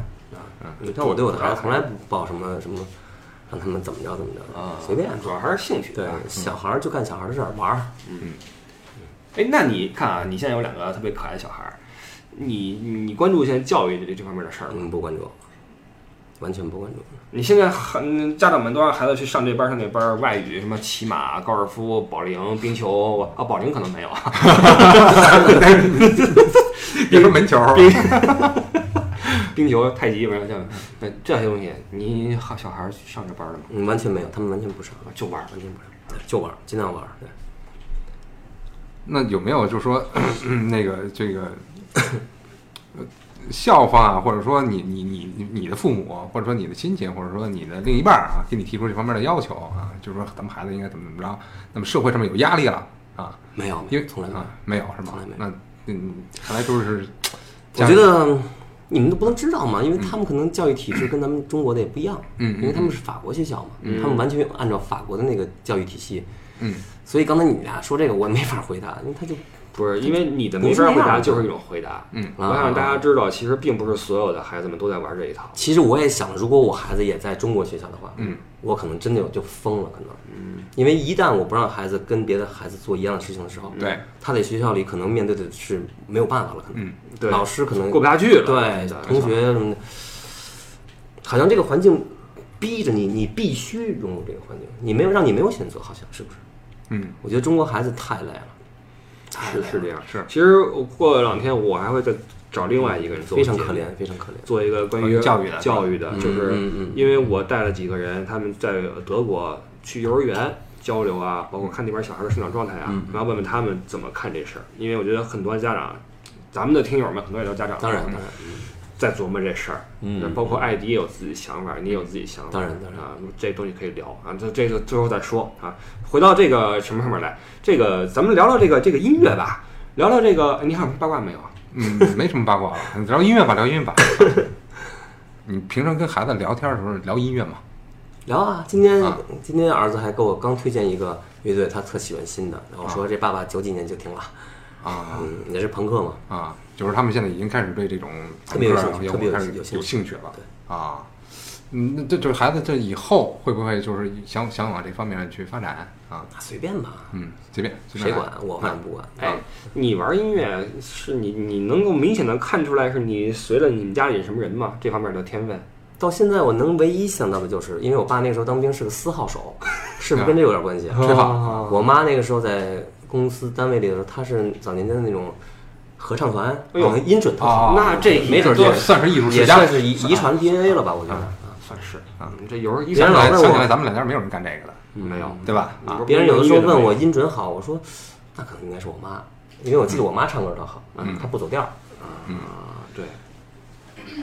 Speaker 2: 你看我对我的孩子从来不抱什么什么，让他们怎么着怎么着，
Speaker 1: 啊
Speaker 2: 随便。
Speaker 1: 主要还是兴趣。啊
Speaker 2: 对嗯
Speaker 1: 吧，
Speaker 2: 小孩儿就干小孩儿的事儿，玩儿。
Speaker 1: 哎，那你看啊，你现在有两个特别可爱的小孩儿，你你关注现在教育这这方面的事儿吗？
Speaker 2: 嗯，不关注，完全不关注。
Speaker 1: 你现在很家长们都让孩子去上这班儿上那班儿，外语什么骑马、高尔夫、保龄、冰球啊，保龄可能没有，
Speaker 3: 啊 别说门球儿，啊
Speaker 1: 冰球、太极没有这样那这些东西，你好小孩儿去上这班儿了吗？
Speaker 2: 嗯，完全没有，他们完全不上，
Speaker 1: 就玩儿
Speaker 2: 完全不上，对就玩儿，尽量玩儿。对，
Speaker 3: 那有没有就是说 那个这个呃校方啊，或者说你你你你你的父母，或者说你的亲戚，或者说你的另一半啊，给你提出这方面的要求啊，就是说咱们孩子应该怎么怎么着，那么社会上面有压力了啊，
Speaker 2: 没有，
Speaker 3: 因为
Speaker 2: 从来没有
Speaker 3: 啊。没有是吗
Speaker 2: 从来没？有
Speaker 3: 那嗯，看来就是
Speaker 2: 我觉得你们都不能知道嘛，因为他们可能教育体制跟咱们中国的也不一样，
Speaker 3: 嗯嗯
Speaker 2: 因为他们是法国学校嘛，他们完全按照法国的那个教育体系，
Speaker 3: 嗯，
Speaker 2: 所以刚才你俩说这个我也没法回答，因为他就
Speaker 1: 不是，因为你的
Speaker 2: 不
Speaker 1: 没
Speaker 2: 是
Speaker 1: 法
Speaker 2: 那
Speaker 1: 回答
Speaker 2: 样
Speaker 1: 就是一种回答。啊
Speaker 3: 嗯
Speaker 1: 我想让大家知道，其实并不是所有的孩子们都在玩这一套。
Speaker 2: 其实我也想，如果我孩子也在中国学校的话，
Speaker 3: 嗯，
Speaker 2: 我可能真的有就疯了，可能，嗯，因为一旦我不让孩子跟别的孩子做一样的事情的时候，
Speaker 3: 对，
Speaker 2: 他在学校里可能面对的是没有办法了，可能，
Speaker 3: 嗯
Speaker 1: 对
Speaker 2: 老师可能
Speaker 1: 过不下去了。
Speaker 2: 对，同学什么的，好像这个环境逼着你，你必须融入这个环境，你没有让你没有选择，好像是不是？
Speaker 3: 嗯
Speaker 2: 我觉得中国孩子太累了，太
Speaker 1: 是
Speaker 2: 累
Speaker 1: 是
Speaker 2: 了，
Speaker 1: 这样。
Speaker 3: 是
Speaker 1: 其实我过两天我还会再找另外一个人做，
Speaker 2: 非常可，怜，非常可怜。
Speaker 1: 做一个关
Speaker 3: 关于
Speaker 1: 于
Speaker 3: 教育的
Speaker 1: 教育的，
Speaker 2: 嗯
Speaker 1: 就是
Speaker 2: 嗯嗯
Speaker 1: 因为我带了几个人，他们在德国去幼儿园交流啊，包括看那边小孩的生长状态啊
Speaker 2: 嗯，
Speaker 1: 然后问问他们怎么看这事儿，因为我觉得很多家长。咱们的听友们很多也都是家长，
Speaker 2: 当然，当然，
Speaker 1: 在琢磨这事儿，
Speaker 2: 嗯
Speaker 1: 包括艾迪也有自己想法，你也有自己想法，
Speaker 2: 当然当然
Speaker 1: 啊，这东西可以聊啊，这这个最后再说啊。回到这个什么上面来，这个咱们聊聊这个这个音乐吧，聊聊这个，你还有什么八卦没有？啊
Speaker 3: 嗯，没什么八卦了，聊音乐吧，聊音乐 吧。你平常跟孩子聊天的时候聊音乐吗？
Speaker 2: 聊啊！今天、
Speaker 3: 啊
Speaker 2: 今天儿子还给我刚推荐一个乐队，他特喜欢新的，然后说这爸爸九几年就听了，
Speaker 3: 啊，
Speaker 2: 嗯，也是朋克嘛，
Speaker 3: 啊，就是他们现在已经开始对这种
Speaker 2: 特别有兴趣
Speaker 3: 朋克啊
Speaker 2: 特别有
Speaker 3: 摇滚开始
Speaker 2: 有兴趣
Speaker 3: 有兴趣了。啊，嗯，那这就是孩子这以后会不会就是想想往这方面去发展啊？
Speaker 2: 随便吧，
Speaker 3: 嗯，随便，随
Speaker 2: 谁
Speaker 3: 便来啊
Speaker 2: 管？我反正不管。
Speaker 1: 哎，你玩音乐是你你能够明显的看出来是你随着你们家里什么人吗？这方面的天分，
Speaker 2: 到现在我能唯一想到的就是，因为我爸那个时候当兵是个四号手，是不是跟这有点关系啊？
Speaker 3: 知道
Speaker 1: 啊
Speaker 2: 我妈那个时候在公司单位里的时候，她是早年间的那种合唱团，
Speaker 1: 哎呦
Speaker 2: 可能音准特好，
Speaker 3: 啊，
Speaker 1: 那这也
Speaker 2: 没准儿
Speaker 3: 也
Speaker 2: 就
Speaker 3: 算是艺术
Speaker 2: 也
Speaker 3: 世家
Speaker 2: 算是遗遗传 DNA 了吧？我觉得，
Speaker 1: 算是啊，你这有时候一
Speaker 2: 别
Speaker 3: 想
Speaker 2: 人
Speaker 1: 想
Speaker 3: 起来，
Speaker 2: 嗯老问
Speaker 3: 想
Speaker 2: 我嗯
Speaker 3: 起来咱们俩家没有人干这个的，
Speaker 1: 没有
Speaker 3: 对吧？啊，
Speaker 2: 别人有的时候问我音准好，我说那可能应该是我妈，因为我记得我妈唱歌倒好，她不走调，
Speaker 1: 啊，对，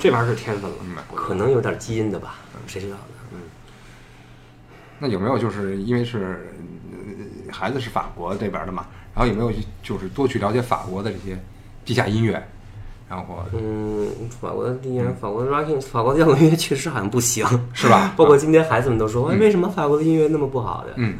Speaker 1: 这玩意儿是天分了，
Speaker 2: 可能有点基因的吧，谁知道呢？
Speaker 3: 那有没有就是因为是呃孩子是法国这边的嘛，然后有没有就是多去了解法国的这些地下音乐，然后
Speaker 2: 嗯，法国的地人，法国的 rocking，法国的摇滚乐确实好像不行。
Speaker 3: 是吧？
Speaker 2: 包括今天孩子们都说，哎，为什么法国的音乐那么不好的？
Speaker 3: 嗯，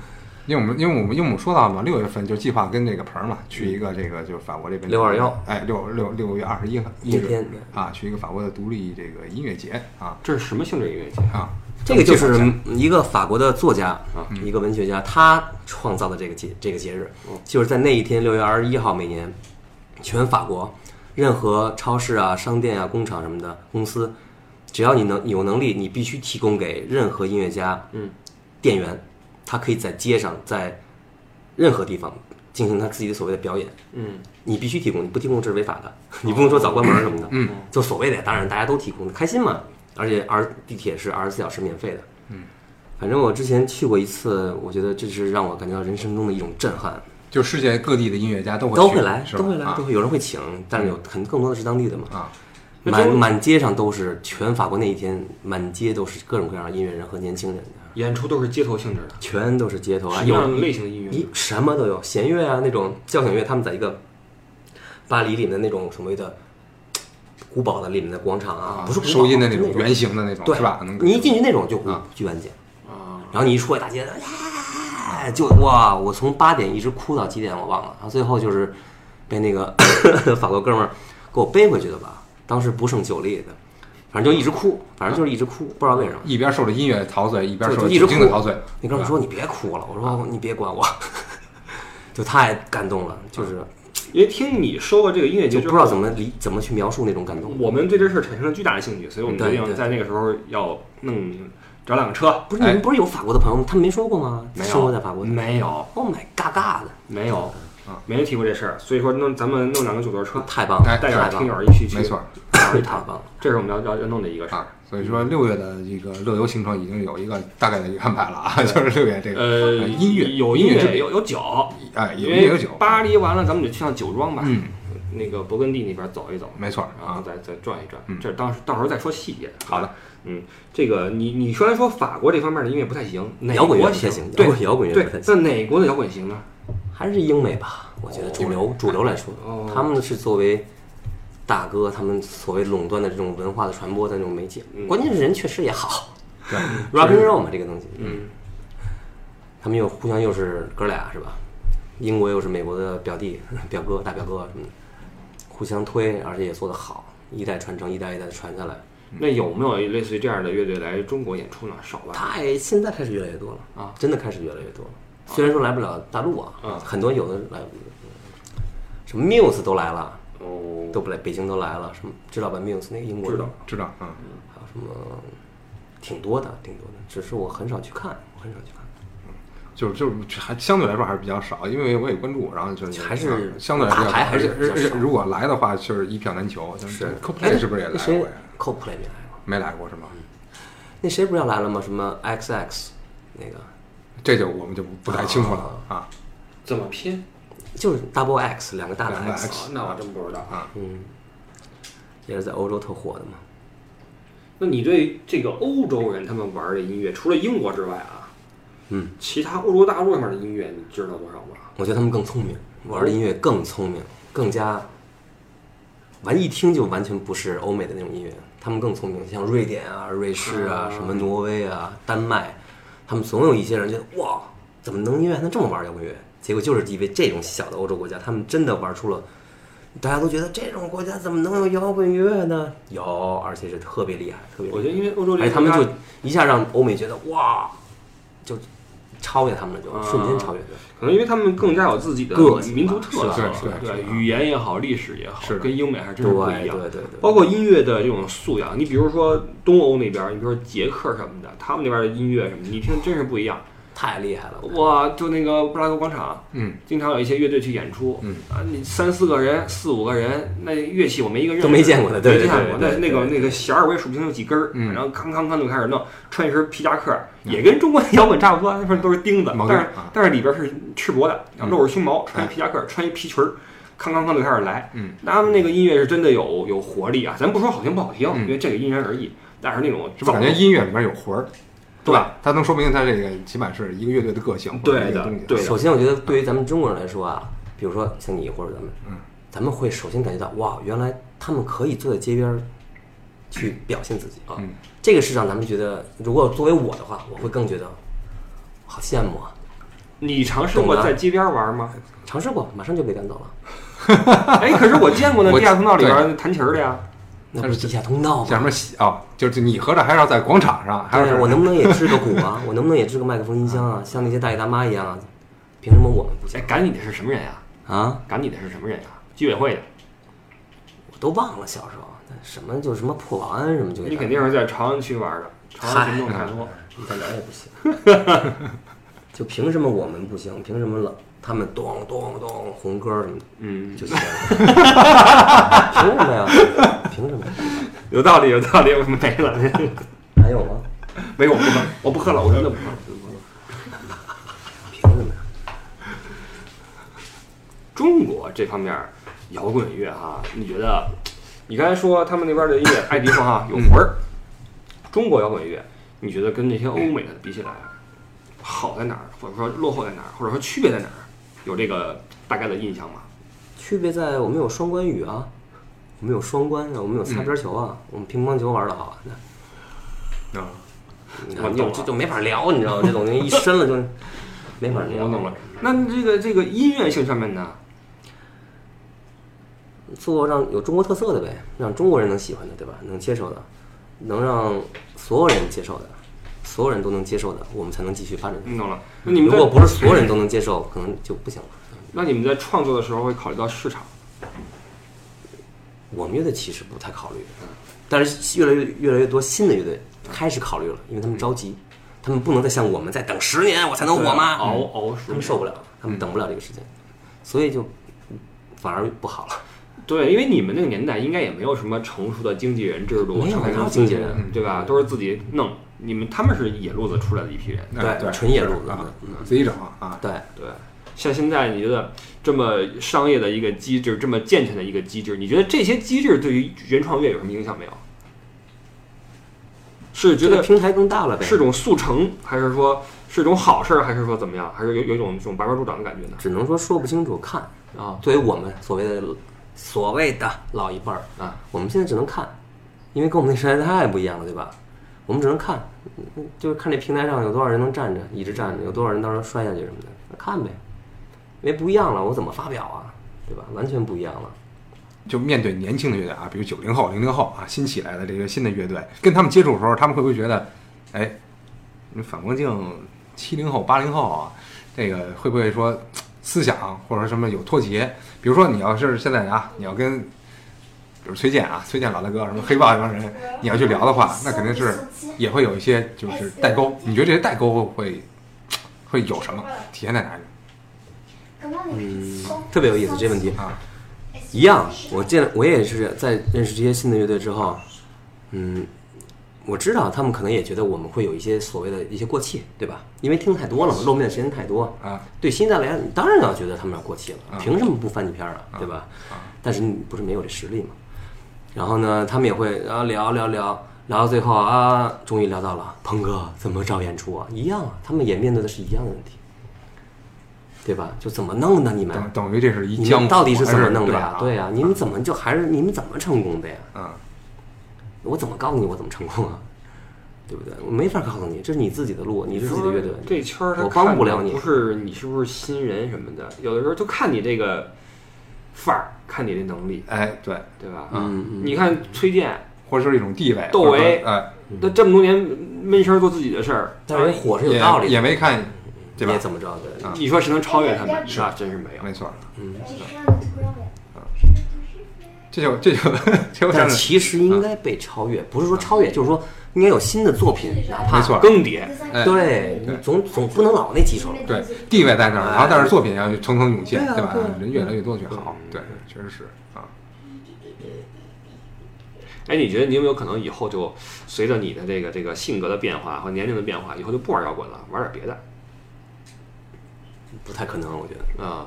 Speaker 3: 因为我们因为我们因为我们说到嘛，六月份就计划跟这个鹏儿嘛
Speaker 2: 嗯
Speaker 3: 去一个这个就是法国这边
Speaker 2: 621，
Speaker 3: 哎，六六六月二十一号一
Speaker 2: 这
Speaker 3: 日
Speaker 2: 天
Speaker 3: 啊，去一个法国的独立这个音乐节啊
Speaker 1: 这是什么性质音乐节？
Speaker 3: 啊，
Speaker 2: 这个就是
Speaker 3: 咱们
Speaker 2: 一个法国的作家
Speaker 1: 啊，
Speaker 2: 一个文学家，他创造的这个节这个节日，就是在那一天，六月二十一号，每年全法国任何超市啊、商店啊、工厂什么的公司，只要你能有能力，你必须提供给任何音乐家，
Speaker 1: 嗯，
Speaker 2: 店员，他可以在街上，在任何地方进行他自己的所谓的表演。
Speaker 1: 嗯，
Speaker 2: 你必须提供，你不提供这是违法的。你不能说早关门什么的，嗯，就所谓的，当然大家都提供，开心嘛。而且而地铁是二十四小时免费的，嗯，反正我之前去过一次，我觉得这是让我感觉到人生中的一种震撼。
Speaker 3: 就世界各地的音乐家都会
Speaker 2: 都
Speaker 3: 去
Speaker 2: 会来，
Speaker 3: 是吧
Speaker 2: 都会来，
Speaker 3: 啊
Speaker 2: 都会有人会请，但是有很更多的是当地的嘛。
Speaker 3: 啊，
Speaker 1: 那
Speaker 2: 满
Speaker 1: 中
Speaker 2: 满街上都是，全法国那一天满街都是各种各样的音乐人和年轻人，
Speaker 1: 演出都是街头性质的，
Speaker 2: 全都是街头啊，
Speaker 1: 什么
Speaker 2: 有
Speaker 1: 样的类型的音乐呢
Speaker 2: 一？什么都有，弦乐啊，那种交响乐，他们在一个巴黎里面的那种所谓的古堡的里面的广场啊，不是古堡
Speaker 3: 收音的那种
Speaker 2: 种
Speaker 3: 圆形的那种，
Speaker 2: 对
Speaker 3: 啊是吧？能
Speaker 2: 你一进去那种就古
Speaker 3: 啊
Speaker 2: 剧完结，
Speaker 1: 啊，
Speaker 2: 然后你一出来大街，哎，就哇，我从八点一直哭到几点我忘了，然后最后就是被那个 法国哥们儿给我背回去的吧，当时不胜酒力的，反正就一直哭，反正就是一直哭，不知道为什么。
Speaker 3: 一边受着音乐陶醉，一边
Speaker 2: 就
Speaker 3: 受着
Speaker 2: 就一直
Speaker 3: 酒精的
Speaker 2: 哭
Speaker 3: 陶醉。
Speaker 2: 那哥们儿说：“你别哭了。”我说：“你别管我。” 就太感动了，就是
Speaker 1: 因为听你说过这个音乐节
Speaker 2: 就
Speaker 1: 之
Speaker 2: 不
Speaker 1: 后，
Speaker 2: 知道怎么理怎么去描述那种感动。
Speaker 1: 我们对这事儿产生了巨大的兴趣，所以我们决
Speaker 2: 对
Speaker 1: 定
Speaker 2: 对
Speaker 1: 在那个时候要弄找两个车。
Speaker 2: 不是你们不是有法国的朋友吗？他们没说过吗？
Speaker 1: 没有
Speaker 2: 生活在法国的
Speaker 1: 没有，
Speaker 2: ，Oh my god god
Speaker 1: 没有，没人提过这事儿，所以说弄咱们弄两个九座车
Speaker 2: 的，，太棒了，
Speaker 3: 哎
Speaker 1: 带
Speaker 2: 太
Speaker 1: 着
Speaker 2: 棒
Speaker 1: 听
Speaker 2: 了，
Speaker 1: 友一起去，
Speaker 3: 没错，
Speaker 1: 一
Speaker 2: 太
Speaker 1: 趟，
Speaker 2: 棒了！
Speaker 1: 这是我们要要要弄的一个事儿
Speaker 3: 啊。，所以说六月的这个乐游行程已经有一个大概的一个安排了啊， 就是六月这个
Speaker 1: 呃，
Speaker 3: 音乐
Speaker 1: 有
Speaker 3: 音
Speaker 1: 音
Speaker 3: 乐之
Speaker 1: 乐，
Speaker 3: 旅
Speaker 1: 有有酒，
Speaker 2: 呃
Speaker 3: 哎有
Speaker 1: 因
Speaker 3: 也
Speaker 1: 为
Speaker 3: 有酒，
Speaker 1: 巴黎完了，咱们得去趟酒庄吧，
Speaker 3: 嗯，
Speaker 1: 那个勃艮第那边走一走，
Speaker 3: 没错
Speaker 1: 然后
Speaker 3: 啊，
Speaker 1: 再再转一转
Speaker 3: 嗯。
Speaker 1: 这当时到时候再说细节。
Speaker 3: 好的，
Speaker 1: 嗯，这个你你虽然说法国这方面的音乐不太行，
Speaker 3: 嗯
Speaker 1: 哪
Speaker 2: 摇滚乐
Speaker 1: 国
Speaker 2: 不太行，摇
Speaker 1: 对
Speaker 2: 滚摇滚乐不
Speaker 1: 对
Speaker 2: 太，行，
Speaker 1: 但哪国的摇滚行呢？
Speaker 2: 还是英美吧？我觉得主流主流来说
Speaker 1: 哦，
Speaker 2: 他们是作为大哥，他们所谓垄断的这种文化的传播的这种媒介
Speaker 1: 嗯，
Speaker 2: 关键是人确实 也好
Speaker 3: 对，
Speaker 2: ，rock and roll 嘛，这个东西，
Speaker 1: 嗯，
Speaker 2: 他们又互相又是哥俩是吧？英国又是美国的表弟、 表哥、大表哥什么的，互相推，而且也做得好，一代传承，一代一代的传下来。
Speaker 1: 那有没有类似于这样的乐队来中国演出呢？少吧。
Speaker 2: 太现在开始越来越多了
Speaker 1: 啊，
Speaker 2: 真的开始越来越多了。
Speaker 3: 啊
Speaker 2: 虽然说来不了大陆啊，
Speaker 1: 嗯
Speaker 2: 很多有的来，什么 Muse 都来了，
Speaker 1: 哦，
Speaker 2: 都不来北京都来了，什么知道吧？Muse 那个英国
Speaker 1: 知
Speaker 2: 的
Speaker 1: 道，
Speaker 3: 知道啊，
Speaker 2: 还有什么挺多的，挺多的，只是我很少去看，我很少去看。
Speaker 3: 就是就是还相对来说还是比较少，因为我也关注，然后就是
Speaker 2: 还是
Speaker 3: 相对来说比较
Speaker 2: 还还是
Speaker 3: 少而且而
Speaker 2: 比较
Speaker 3: 且
Speaker 2: 少
Speaker 3: 如果来的话，就是一票难求。就是
Speaker 2: 哎
Speaker 3: Coldplay 是不是也
Speaker 2: 那
Speaker 3: 来
Speaker 2: 谁
Speaker 3: 过呀？
Speaker 2: ？Coldplay 没来过，
Speaker 3: 没来过是吗？
Speaker 2: 那谁不是要来了吗？什么 XX 那个
Speaker 3: 这就我们就不不太清楚了
Speaker 2: 哦
Speaker 3: 啊。
Speaker 1: 怎么拼？
Speaker 2: 就是 Double X 两个大的
Speaker 3: 两个
Speaker 2: X，
Speaker 3: X
Speaker 1: 啊，那我真不知道
Speaker 3: 哎啊
Speaker 2: 嗯，也是在欧洲特火的嘛。
Speaker 1: 那你对这个欧洲人他们玩的音乐，除了英国之外啊，
Speaker 2: 嗯，
Speaker 1: 其他欧洲大陆上面的音乐你知道多少吗？
Speaker 2: 我觉得他们更聪明，玩的音乐更聪明，更加完一听就完全不是欧美的那种音乐，他们更聪明，像瑞典啊、瑞士啊、
Speaker 1: 啊
Speaker 2: 什么挪威啊、丹麦，他们总有一些人觉得哇，怎么能音乐还能这么玩摇滚乐？结果就是因为这种小的欧洲国家，他们真的玩出了。大家都觉得这种国家怎么能有摇滚乐呢？有，而且是特别厉害，特别厉害。
Speaker 1: 我觉得因为欧洲这
Speaker 2: 哎，
Speaker 1: 些
Speaker 2: 他们
Speaker 1: 国
Speaker 2: 就
Speaker 1: 家
Speaker 2: 一下让欧美觉得哇，就超越他们了，就
Speaker 1: 啊
Speaker 2: 瞬间超越。对
Speaker 1: 可能因为他们更加有自己的
Speaker 2: 个性吧
Speaker 1: 民族特色啊
Speaker 3: 是吧，是
Speaker 1: 对语言也好，历史也好
Speaker 3: 是，的
Speaker 1: 跟英美还真是
Speaker 2: 对
Speaker 1: 不一样。
Speaker 2: 对对对，
Speaker 1: 包括音乐的这种素养，你比如说东欧那边儿，你比如说捷克什么的，他们那边的音乐什么的，你听真是不一样。
Speaker 2: 太厉害了，我
Speaker 1: 哇，就那个布拉格广场，
Speaker 3: 嗯，
Speaker 1: 经常有一些乐队去演出，
Speaker 3: 嗯
Speaker 1: 啊，你三四个人、四五个人，那乐器我没一个认识
Speaker 2: 都没见过的对
Speaker 1: 没见过，那
Speaker 2: 对对对
Speaker 1: 那个
Speaker 2: 对
Speaker 1: 那个弦儿我也数不清有几根儿，
Speaker 3: 嗯
Speaker 1: 然后康康康就开始弄，穿一身皮夹克，也跟中国摇滚差不多，那份都是钉子
Speaker 3: 毛，
Speaker 1: 但
Speaker 3: 根
Speaker 1: 是
Speaker 3: 儿啊
Speaker 1: 但是里边是赤膊的，
Speaker 3: 嗯
Speaker 1: 露着胸毛，穿
Speaker 3: 哎
Speaker 1: 一皮夹克，穿一皮裙儿。康康康就开始来，
Speaker 3: 嗯，
Speaker 1: 他们那个音乐是真的有有活力啊，咱不说好听不好听，
Speaker 3: 嗯
Speaker 1: 因为这个因人而异，但是那种
Speaker 3: 是不是感觉音乐里面有魂儿？
Speaker 1: 对
Speaker 3: 吧？它能说明它这个起码是一个乐队的个性，或者
Speaker 1: 对
Speaker 3: 一个
Speaker 1: 的
Speaker 3: 东西
Speaker 1: 对
Speaker 2: 首先我觉得对于咱们中国人来说啊，比如说像你或者咱们，
Speaker 3: 嗯，
Speaker 2: 咱们会首先感觉到哇，原来他们可以坐在街边儿去表现自己啊，
Speaker 3: 嗯
Speaker 2: 这个是让咱们觉得，如果作为我的话，我会更觉得好羡慕啊。
Speaker 1: 你尝试过
Speaker 2: 懂了
Speaker 1: 在街边玩吗？
Speaker 2: 尝试过，马上就被赶走了。
Speaker 1: 哎，可是我见过那
Speaker 3: 我
Speaker 1: 地下通道里
Speaker 3: 对
Speaker 1: 边弹琴儿的呀。
Speaker 2: 那
Speaker 3: 但
Speaker 2: 不
Speaker 3: 是
Speaker 2: 是地下通道
Speaker 3: 像什
Speaker 2: 吗
Speaker 3: 么？喜啊，就是你合着还是要在广场上，还
Speaker 2: 对
Speaker 3: 是
Speaker 2: 啊，我能不能也支个鼓啊？我能不能也支个麦克风音箱啊？像那些大爷大妈一样啊？凭什么我们不行
Speaker 1: 哎，赶你的是什么人呀、
Speaker 2: 啊？
Speaker 1: 赶你的是什么人呀、居委会的，
Speaker 2: 我都忘了小时候那什么就什么破保安什么就给
Speaker 1: 你
Speaker 2: 他
Speaker 1: 肯定是在朝阳区玩的，朝阳群众太多。
Speaker 2: 你在哪儿也不行。就凭什么我们不行？凭什么老他们咚咚咚红歌什么的
Speaker 1: 嗯，
Speaker 2: 就行了？ 凭什么呀？凭什么呀？
Speaker 1: 有道理，有道理，我没了，
Speaker 2: 还有吗？
Speaker 1: 没有，我不喝，我不喝了，我真的不喝了。
Speaker 2: 凭什么呀？
Speaker 1: 中国这方面摇滚乐哈、你觉得？你刚才说他们那边的音乐，爱迪生哈有魂儿。中国摇滚乐，你觉得跟那些欧美的比起来，好在哪儿，或者说落后在哪儿，或者说区别在哪儿？有这个大概的印象吗？
Speaker 2: 区别在我们有双关语啊，我们有双关啊，我们有擦边球啊，我们乒乓球玩的好啊。那嗯
Speaker 3: 啊，
Speaker 2: 你
Speaker 1: 我
Speaker 2: 看，
Speaker 1: 懂
Speaker 2: 就
Speaker 1: 了
Speaker 2: 就就没法聊，你知道吗？这种东西一深了就没法聊。
Speaker 1: 我懂了。那这个这个音乐性上面呢？
Speaker 2: 做让有中国特色的呗，让中国人能喜欢的，对吧？能接受的，能让所有人接受的，所有人都能接受的，我们才能继续发展。
Speaker 1: 你懂了？那你们
Speaker 2: 如
Speaker 1: 在
Speaker 2: 果不是所有人都能接受，可能就不行了。
Speaker 1: 那你们在创作的时候会考虑到市场，
Speaker 2: 我们乐队其实不太考虑，但是越来越越来越多新的乐队开始考虑了，因为他们着急，
Speaker 1: 嗯
Speaker 2: 他们不能再像我们再等十年我嗯才能火吗？
Speaker 1: 熬熬熟
Speaker 2: 他们受不了，他们等不了这个时间，所以就反而不好了。
Speaker 1: 对，因为你们那个年代应该也没有什么成熟的经纪人制度，
Speaker 2: 没有
Speaker 1: 成熟的
Speaker 2: 哪有嗯经纪人
Speaker 1: 公司对吧？都是自己弄。你们他们是野路子出来的一批人，
Speaker 3: 那对，
Speaker 2: 纯野路
Speaker 3: 是
Speaker 2: 子
Speaker 3: 啊
Speaker 2: 嗯，
Speaker 3: 自己整啊，
Speaker 2: 对，
Speaker 1: 对。像现在你觉得这么商业的一个机制，这么健全的一个机制，你觉得这些机制对于原创乐有什么影响没有？是觉
Speaker 2: 这个
Speaker 1: 得
Speaker 2: 平台更大了呗，
Speaker 1: 是种速成，还是说是种好事儿，还是说怎么样？还是有有一种这种拔苗助长的感觉呢？
Speaker 2: 只能说说不清楚，看。
Speaker 1: 啊
Speaker 2: 作为我们所谓的所谓的老一辈儿，
Speaker 1: 啊，
Speaker 2: 我们现在只能看，因为跟我们那时代太不一样了，对吧？我们只能看，嗯就是看这平台上有多少人能站着，一直站着，有多少人到时候摔下去什么的，看呗。因为不一样了，我怎么发表啊？对吧？完全不一样了。
Speaker 3: 就面对年轻的乐队啊，比如九零后、零零后啊，新起来的这个新的乐队，跟他们接触的时候，他们会不会觉得，哎，你反光镜七零后、八零后啊，这个会不会说嘖思想或者说什么有脱节？比如说你要是现在啊，你要跟，比如崔健啊，崔健老大哥什么黑豹这帮人，你要去聊的话，那肯定是也会有一些就是代沟。你觉得这些代沟会嘖会有什么体现在哪里
Speaker 4: 嗯，
Speaker 2: 特别有意思这问题
Speaker 3: 啊？
Speaker 4: 一
Speaker 2: 一样
Speaker 4: 样，，
Speaker 2: 我
Speaker 4: 我
Speaker 2: 见我也是在认识这些新的乐队之后，嗯，我知道他们可能也觉得我们会有一些所谓的一些过气，对吧？因为听太多了嘛，露面的时间太多，
Speaker 3: 啊，
Speaker 2: 对新一代来讲，你当然要觉得他们要过气了，
Speaker 3: 啊
Speaker 2: 凭什么不翻几篇啊，对吧？但是你不是没有这实力嘛？然后呢，他们也会啊聊聊聊聊到最后啊，终于聊到了鹏哥怎么找演出啊，一样啊，他们也面对的是一样的问题，对吧？就怎么弄的你们？
Speaker 3: 等等于这是一
Speaker 2: 你
Speaker 3: 江湖，
Speaker 2: 们到底是怎么弄的
Speaker 3: 还
Speaker 2: 呀
Speaker 3: 是？
Speaker 2: 对呀、你们怎么就还是你们怎么成功的呀？
Speaker 3: 啊，
Speaker 2: 我怎么告诉你我怎么成功啊？ 对不对？我没法告诉你，这是你自己的路，你是自己的乐队，
Speaker 1: 这圈儿他
Speaker 2: 我帮不了
Speaker 1: 看
Speaker 2: 你
Speaker 1: 不是你是不是新人什么的，有的时候就看你这个范儿，看你这能力，
Speaker 3: 哎，对。
Speaker 1: 对吧？
Speaker 2: 嗯嗯
Speaker 1: 你看崔健，
Speaker 3: 或者是一种地位，
Speaker 1: 窦
Speaker 3: 或者说
Speaker 1: 唯
Speaker 3: 哎，
Speaker 2: 嗯
Speaker 1: 那这么多年闷声做自己的事儿，啊
Speaker 2: 但是人火是有
Speaker 3: 也
Speaker 2: 道理的
Speaker 3: 也，没看，对吧
Speaker 2: 也？怎么着对。
Speaker 3: 啊
Speaker 1: 你说谁能超越他们？是吧？真是没有。
Speaker 3: 没错，
Speaker 2: 啊
Speaker 3: 这就这就这就
Speaker 2: 但
Speaker 3: 像是啊
Speaker 2: 其实应该被超越，不是说超越，就是说应该有新的作品，嗯哪怕
Speaker 3: 没错
Speaker 1: 更迭，
Speaker 3: 哎
Speaker 2: 对，你总总不能老那几首了。
Speaker 3: 对地位在那儿，然后但是作品要层层涌现，
Speaker 2: 对啊
Speaker 3: 对吧
Speaker 2: 对啊？
Speaker 3: 人越来越多越好，对，确实是啊。
Speaker 1: 哎，你觉得你有没有可能以后就随着你的这个这个性格的变化和年龄的变化，以后就不玩摇滚了，玩点别的
Speaker 2: 不太可能，我觉得。
Speaker 1: 啊？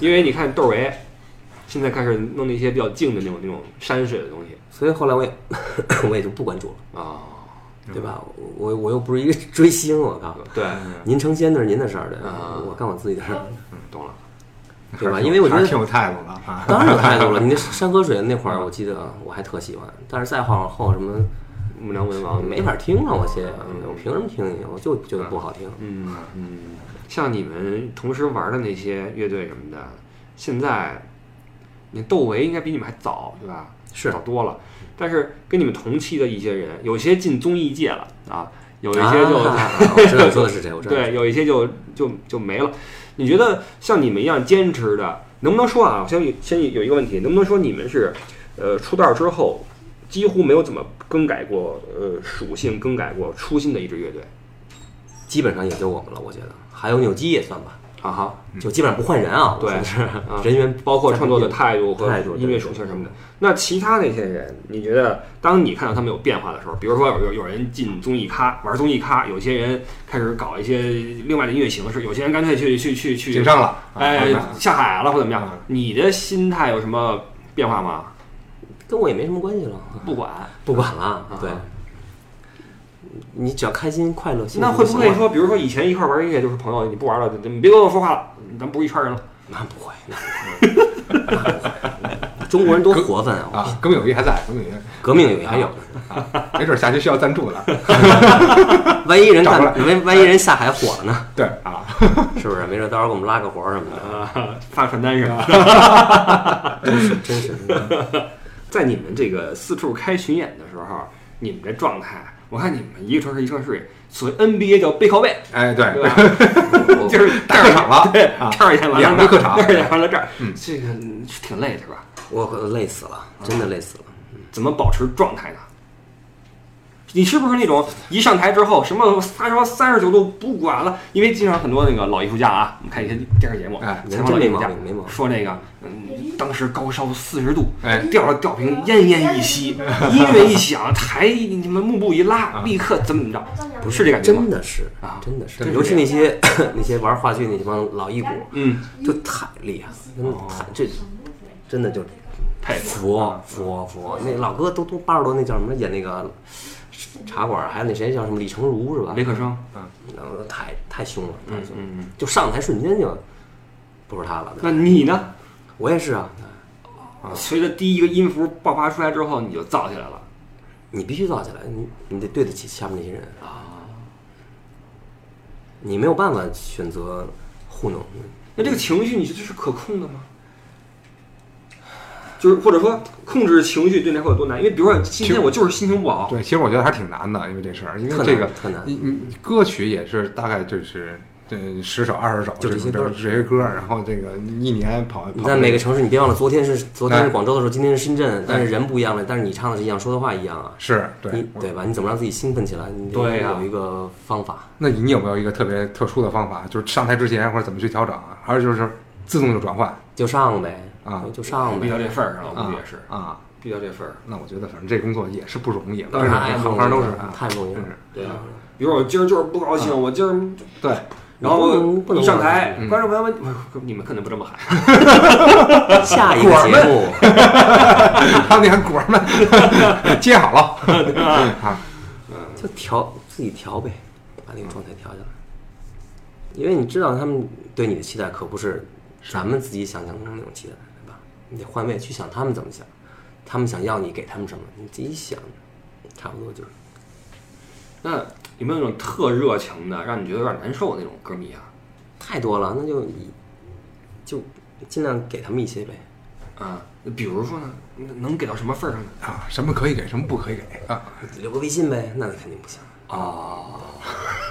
Speaker 1: 因为你看窦唯，现在开始弄那些比较静的那种那种山水的东西
Speaker 2: 所以后来我也 我也就不关注了，
Speaker 1: 啊，
Speaker 3: 嗯
Speaker 2: 对吧？我我我又不是一个追星，我靠！
Speaker 1: 对，
Speaker 2: 您成仙那是您的事儿，对
Speaker 1: 啊
Speaker 2: 我干我自己的事儿，
Speaker 1: 懂了。
Speaker 2: 对吧？
Speaker 3: 嗯还是挺
Speaker 2: 因为我觉
Speaker 3: 还是
Speaker 2: 得
Speaker 3: 挺有态度的 啊。
Speaker 2: 当然有态度了。你那山河水那会
Speaker 3: 嗯
Speaker 2: 儿，我记得我还特喜欢，但是再往后什么
Speaker 1: 木梁文
Speaker 2: 我
Speaker 1: 王
Speaker 2: 没法听了，我些
Speaker 3: 嗯
Speaker 2: 我凭什么听你？我就觉得不好听。
Speaker 1: 嗯，嗯，像你们同时玩的那些乐队什么的，现在你窦唯应该比你们还早，对吧？
Speaker 2: 是
Speaker 1: 少多了。但是跟你们同期的一些人，有些进综艺界了啊，有一些就、
Speaker 2: 啊、我知道你说的是谁，我知道。
Speaker 1: 对，有一些就就就没了。你觉得像你们一样坚持的，能不能说啊？我先先有一个问题，能不能说你们是呃出道之后几乎没有怎么更改过呃属性，更改过初心的一支乐队？
Speaker 2: 基本上也就我们了，我觉得还有扭机也算吧，
Speaker 1: 啊哈，
Speaker 2: 就基本上不换人啊，
Speaker 1: 对
Speaker 2: 我说的
Speaker 1: 啊
Speaker 2: 是人员
Speaker 1: 包括创作的态度和
Speaker 2: 态度
Speaker 1: 音乐
Speaker 2: 对
Speaker 1: 属性什么的。那其他那些人，你觉得当你看到他们有变化的时候，比如说有有有人进综艺咖玩综艺咖，有些人开始搞一些另外的音乐形式，有些人干脆去去去去
Speaker 3: 顶上了，啊
Speaker 1: 哎
Speaker 3: 啊
Speaker 1: 下海了或怎么样
Speaker 3: 嗯？
Speaker 1: 你的心态有什么变化吗？
Speaker 2: 跟我也没什么关系了，
Speaker 1: 不管。
Speaker 2: 不管了，对
Speaker 1: 啊，
Speaker 2: 你只要开心快乐，幸福
Speaker 1: 那会
Speaker 2: 就
Speaker 1: 不
Speaker 2: 行
Speaker 1: 会
Speaker 2: 了
Speaker 1: 说，比如说以前一块玩音乐就是朋友，你不玩了，你别跟我说话了，咱不是一圈人了。
Speaker 2: 那不会，那不会，那不会。 中国人多活泛啊！
Speaker 3: 啊，革命友谊还在，革命友谊
Speaker 2: 革命友谊还有，
Speaker 3: 啊，没准下期需要赞助了。
Speaker 2: 万一人
Speaker 3: 找
Speaker 2: 干
Speaker 3: 出来，
Speaker 2: 万万一人下海火了呢？
Speaker 3: 对啊，
Speaker 2: 是不是？没准到时候给我们拉个活儿什么的，
Speaker 1: 啊，发传单是吧？
Speaker 2: 真是。
Speaker 1: 在你们这个四处开巡演的时候，你们这状态，我看你们一个城市一个城市，所谓 NBA 叫背靠背，
Speaker 3: 哎，对，
Speaker 1: 对 吧？就是
Speaker 3: 打客场了，
Speaker 1: 对，
Speaker 3: 啊
Speaker 1: 这儿一天完了
Speaker 3: 两个
Speaker 1: 那儿
Speaker 3: 客场
Speaker 1: 这儿一天完了这儿，
Speaker 3: 嗯
Speaker 1: 这个挺累是吧？
Speaker 2: 我累死了，真的累死了。
Speaker 1: 怎么保持状态呢？你是不是那种一上台之后什么发烧三十九度不管了？因为经常很多那个老艺术家啊，我们看一些电视节目，
Speaker 3: 哎
Speaker 1: 采访老艺术家
Speaker 2: 没毛病没毛病
Speaker 1: 说那个，嗯，当时高烧四十度，
Speaker 3: 哎，
Speaker 1: 掉了吊瓶，奄奄一息，音乐一响，台一你们幕布一拉，立刻怎么怎么着，不是这感觉吗
Speaker 2: 真？的是
Speaker 1: 啊
Speaker 2: 真的是
Speaker 1: 真，是
Speaker 2: 尤其那些 那些玩话剧那帮老一股，
Speaker 1: 嗯，
Speaker 2: 就太厉害了，真的太这真的就
Speaker 1: 佩服。
Speaker 2: 服服服。那老哥都都八十多，那叫什么演那个茶馆，还有那谁叫什么李成儒是吧？
Speaker 1: 啊雷克生，
Speaker 2: 然后太太凶了，太
Speaker 1: 嗯
Speaker 2: 凶了，
Speaker 1: 嗯，嗯
Speaker 2: 就上台瞬间就不是他了。
Speaker 1: 那你呢？
Speaker 2: 我也是啊，
Speaker 1: 随着第一个音符爆发出来之后，你就燥起来了。
Speaker 2: 你必须造起来，你你得对得起下面那些人啊。你没有办法选择糊弄，
Speaker 1: 那这个情绪，你觉得是可控的吗？就是或者说控制情绪对你来说有多难？因为比如说今天我就是心情不好，
Speaker 3: 对，其实我觉得还挺难的，因为这事儿，因
Speaker 2: 特
Speaker 3: 为
Speaker 2: 难
Speaker 3: 这个
Speaker 2: 特难
Speaker 3: 你你歌曲也是大概就是这十首二十首，
Speaker 2: 就这些
Speaker 3: 种
Speaker 2: 歌
Speaker 3: 这些歌，然后这个一年跑
Speaker 2: 你
Speaker 3: 跑
Speaker 2: 在每个城市，你别忘了，昨天是昨天
Speaker 3: 哎
Speaker 2: 是广州的时候，今天是深圳，但是人不一样了，但是你唱的是一样，说的话一样啊，
Speaker 3: 是对啊
Speaker 2: 你。对吧？你怎么让自己兴奋起来？你得
Speaker 1: 对呀
Speaker 2: 有一个方法，
Speaker 3: 那你有没有一个特别特殊的方法，就是上台之前或者怎么去调整啊？还有就是自动就转换
Speaker 2: 就上呗，
Speaker 3: 啊
Speaker 2: 就上
Speaker 1: 逼到
Speaker 2: 呗。
Speaker 1: 这份儿上了，我
Speaker 3: 啊
Speaker 1: 估计也是
Speaker 3: 啊？
Speaker 1: 逼到这份儿上。
Speaker 3: 那我觉得反正这工作也是不容易，
Speaker 1: 当
Speaker 3: 各
Speaker 1: 然
Speaker 3: 种
Speaker 1: 哎
Speaker 3: 行行都是啊，
Speaker 2: 太不容易了
Speaker 3: 真是
Speaker 1: 对 啊，比如我今儿就是啊不高兴，我今儿
Speaker 3: 对。
Speaker 1: 然后
Speaker 2: 不
Speaker 1: 我
Speaker 2: 能
Speaker 1: 一上台，
Speaker 3: 嗯
Speaker 1: 观众朋友们，我你们可能不这么喊，
Speaker 2: 下一个节目，
Speaker 3: 他那果儿们接 好了啊，
Speaker 2: 就调自己调呗，把那个状态调下来。因为你知道他们对你的期待可不是咱们自己想象中的那种期待，对吧？你得换位去想他们怎么想，他们想要你给他们什么，你自己想，差不多就是。
Speaker 1: 那有没有那种特热情的，让你觉得有点难受的那种歌迷啊？
Speaker 2: 太多了，那就以就尽量给他们一些呗。
Speaker 1: 啊，比如说呢，能能给到什么份儿上 呢？
Speaker 3: 啊，什么可以给，什么不可以给啊？
Speaker 2: 留个微信呗，那肯定不行，
Speaker 1: 哦，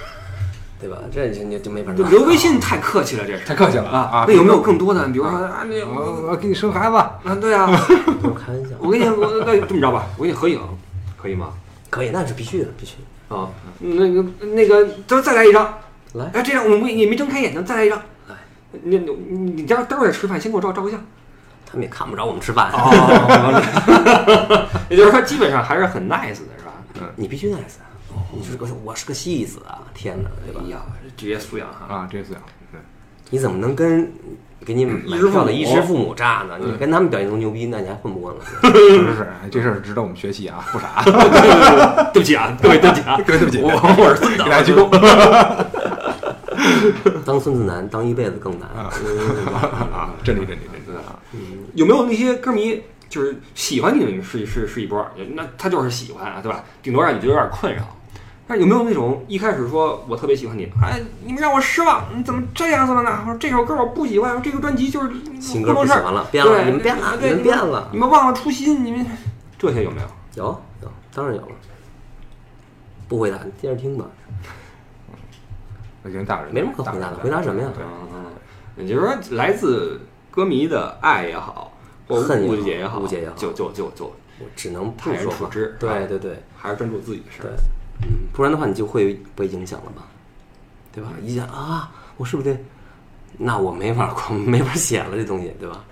Speaker 2: 对吧？这你就就没法
Speaker 1: 就
Speaker 2: 弄。
Speaker 1: 留微信太客气了，这是
Speaker 3: 太客气了啊！
Speaker 1: 那有没有更多的？比如说啊，那
Speaker 3: 我
Speaker 1: 我
Speaker 3: 我给你生孩子，
Speaker 1: 啊，对啊，
Speaker 2: 不是开玩笑，
Speaker 1: 我跟你我那这么着吧，我给你合影，可以吗？
Speaker 2: 可以，那是必须的，必须的。
Speaker 1: 啊，那个那个，咱再来一张。
Speaker 2: 来
Speaker 1: 哎，这样我们也没睁开眼睛，再来一张。
Speaker 3: 哎
Speaker 2: 来，
Speaker 1: 你你你待会儿待会儿吃饭，先给我照照个相。
Speaker 2: 他们也看不着我们吃饭，
Speaker 3: 哦
Speaker 1: 也就是说，基本上还是很 nice 的，是吧？
Speaker 2: 你必须 nice 啊。你是个我是个戏子啊，天哪，对吧
Speaker 1: 哎？呀，职业素养哈。
Speaker 3: 啊，这次对，
Speaker 2: 你怎么能跟给你买票的衣食父嗯母渣呢？你跟他们表现出牛逼，那你还混不混了？
Speaker 3: 是是是，哎这事儿值得我们学习啊，不傻，
Speaker 1: 对不起啊，对对不起啊，
Speaker 3: 对不起，
Speaker 1: 我
Speaker 3: 我是给
Speaker 1: 啊
Speaker 3: 大家鞠 躬
Speaker 2: 当孙子难，当一辈子更难。
Speaker 3: 啊，真理真理真理啊！
Speaker 1: 嗯有没有那些歌迷就是喜欢你们是是是一波儿，那他就是喜欢啊，对吧？顶多让你觉得有点困扰。但是有没有那种一开始说我特别喜欢你，哎，你们让我失望，你怎么这样子了呢？我说这首歌我不喜欢，这个专辑就是
Speaker 2: 新
Speaker 1: 不
Speaker 2: 歌
Speaker 1: 弄
Speaker 2: 不
Speaker 1: 事
Speaker 2: 喜
Speaker 1: 儿
Speaker 2: 欢了，变了，
Speaker 1: 对
Speaker 2: 你们变了，你
Speaker 1: 对
Speaker 2: 们变了。
Speaker 1: 你们忘了初心，你们这些有没有？
Speaker 2: 有有，当然有了。不回答，你接着听吧，
Speaker 3: 已经大人了，
Speaker 2: 没什么可回答的，回答什么呀？
Speaker 1: 嗯，也就是说，来自歌迷的爱也好，或
Speaker 2: 恨也好
Speaker 1: 误解也好，
Speaker 2: 误解也好
Speaker 1: 就就就就
Speaker 2: 我只能不
Speaker 1: 泰然
Speaker 2: 说
Speaker 1: 处
Speaker 2: 话
Speaker 1: 之。
Speaker 2: 对
Speaker 1: 啊
Speaker 2: 对对
Speaker 1: 还是专注自己的事
Speaker 2: 对
Speaker 1: 儿。，
Speaker 2: 嗯，不然的话你就会被影响了吧，对吧？一想啊，我是不是得？那我没法儿，没法儿写了这东西，对吧？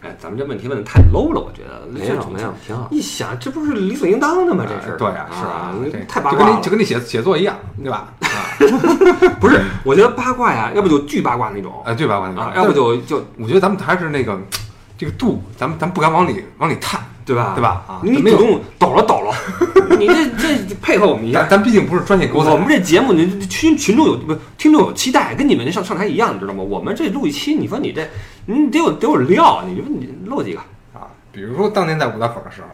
Speaker 1: 哎，咱们这问题问的太 low 了，我觉得
Speaker 2: 没有没有，挺好。
Speaker 1: 一想，这不是理所应当的吗？这事儿
Speaker 3: 对啊，是
Speaker 1: 啊
Speaker 3: 这，
Speaker 1: 太八
Speaker 3: 就
Speaker 1: 卦
Speaker 3: 跟
Speaker 1: 了
Speaker 3: 你。就跟你写写作一样，对吧？啊，
Speaker 1: 不是， 我觉得八卦呀，要不就巨八卦那种
Speaker 3: 哎对吧？我
Speaker 1: 啊，要不就就
Speaker 3: 我觉得咱们还是那个这个度，咱们咱们不敢往里往里探，
Speaker 1: 对吧？
Speaker 3: 对吧啊
Speaker 1: 你
Speaker 3: 没
Speaker 1: 主
Speaker 3: 有
Speaker 1: 动抖了 抖了，你这这配合我们一下
Speaker 3: 咱。咱毕竟不是专业狗仔
Speaker 1: 我们这节目，你群群众有不听众有期待，跟你们那上上台一样，你知道吗？我们这录一期，你说你这你得有得有料，你说你漏几个？
Speaker 3: 啊。比如说当年在五道口的时候，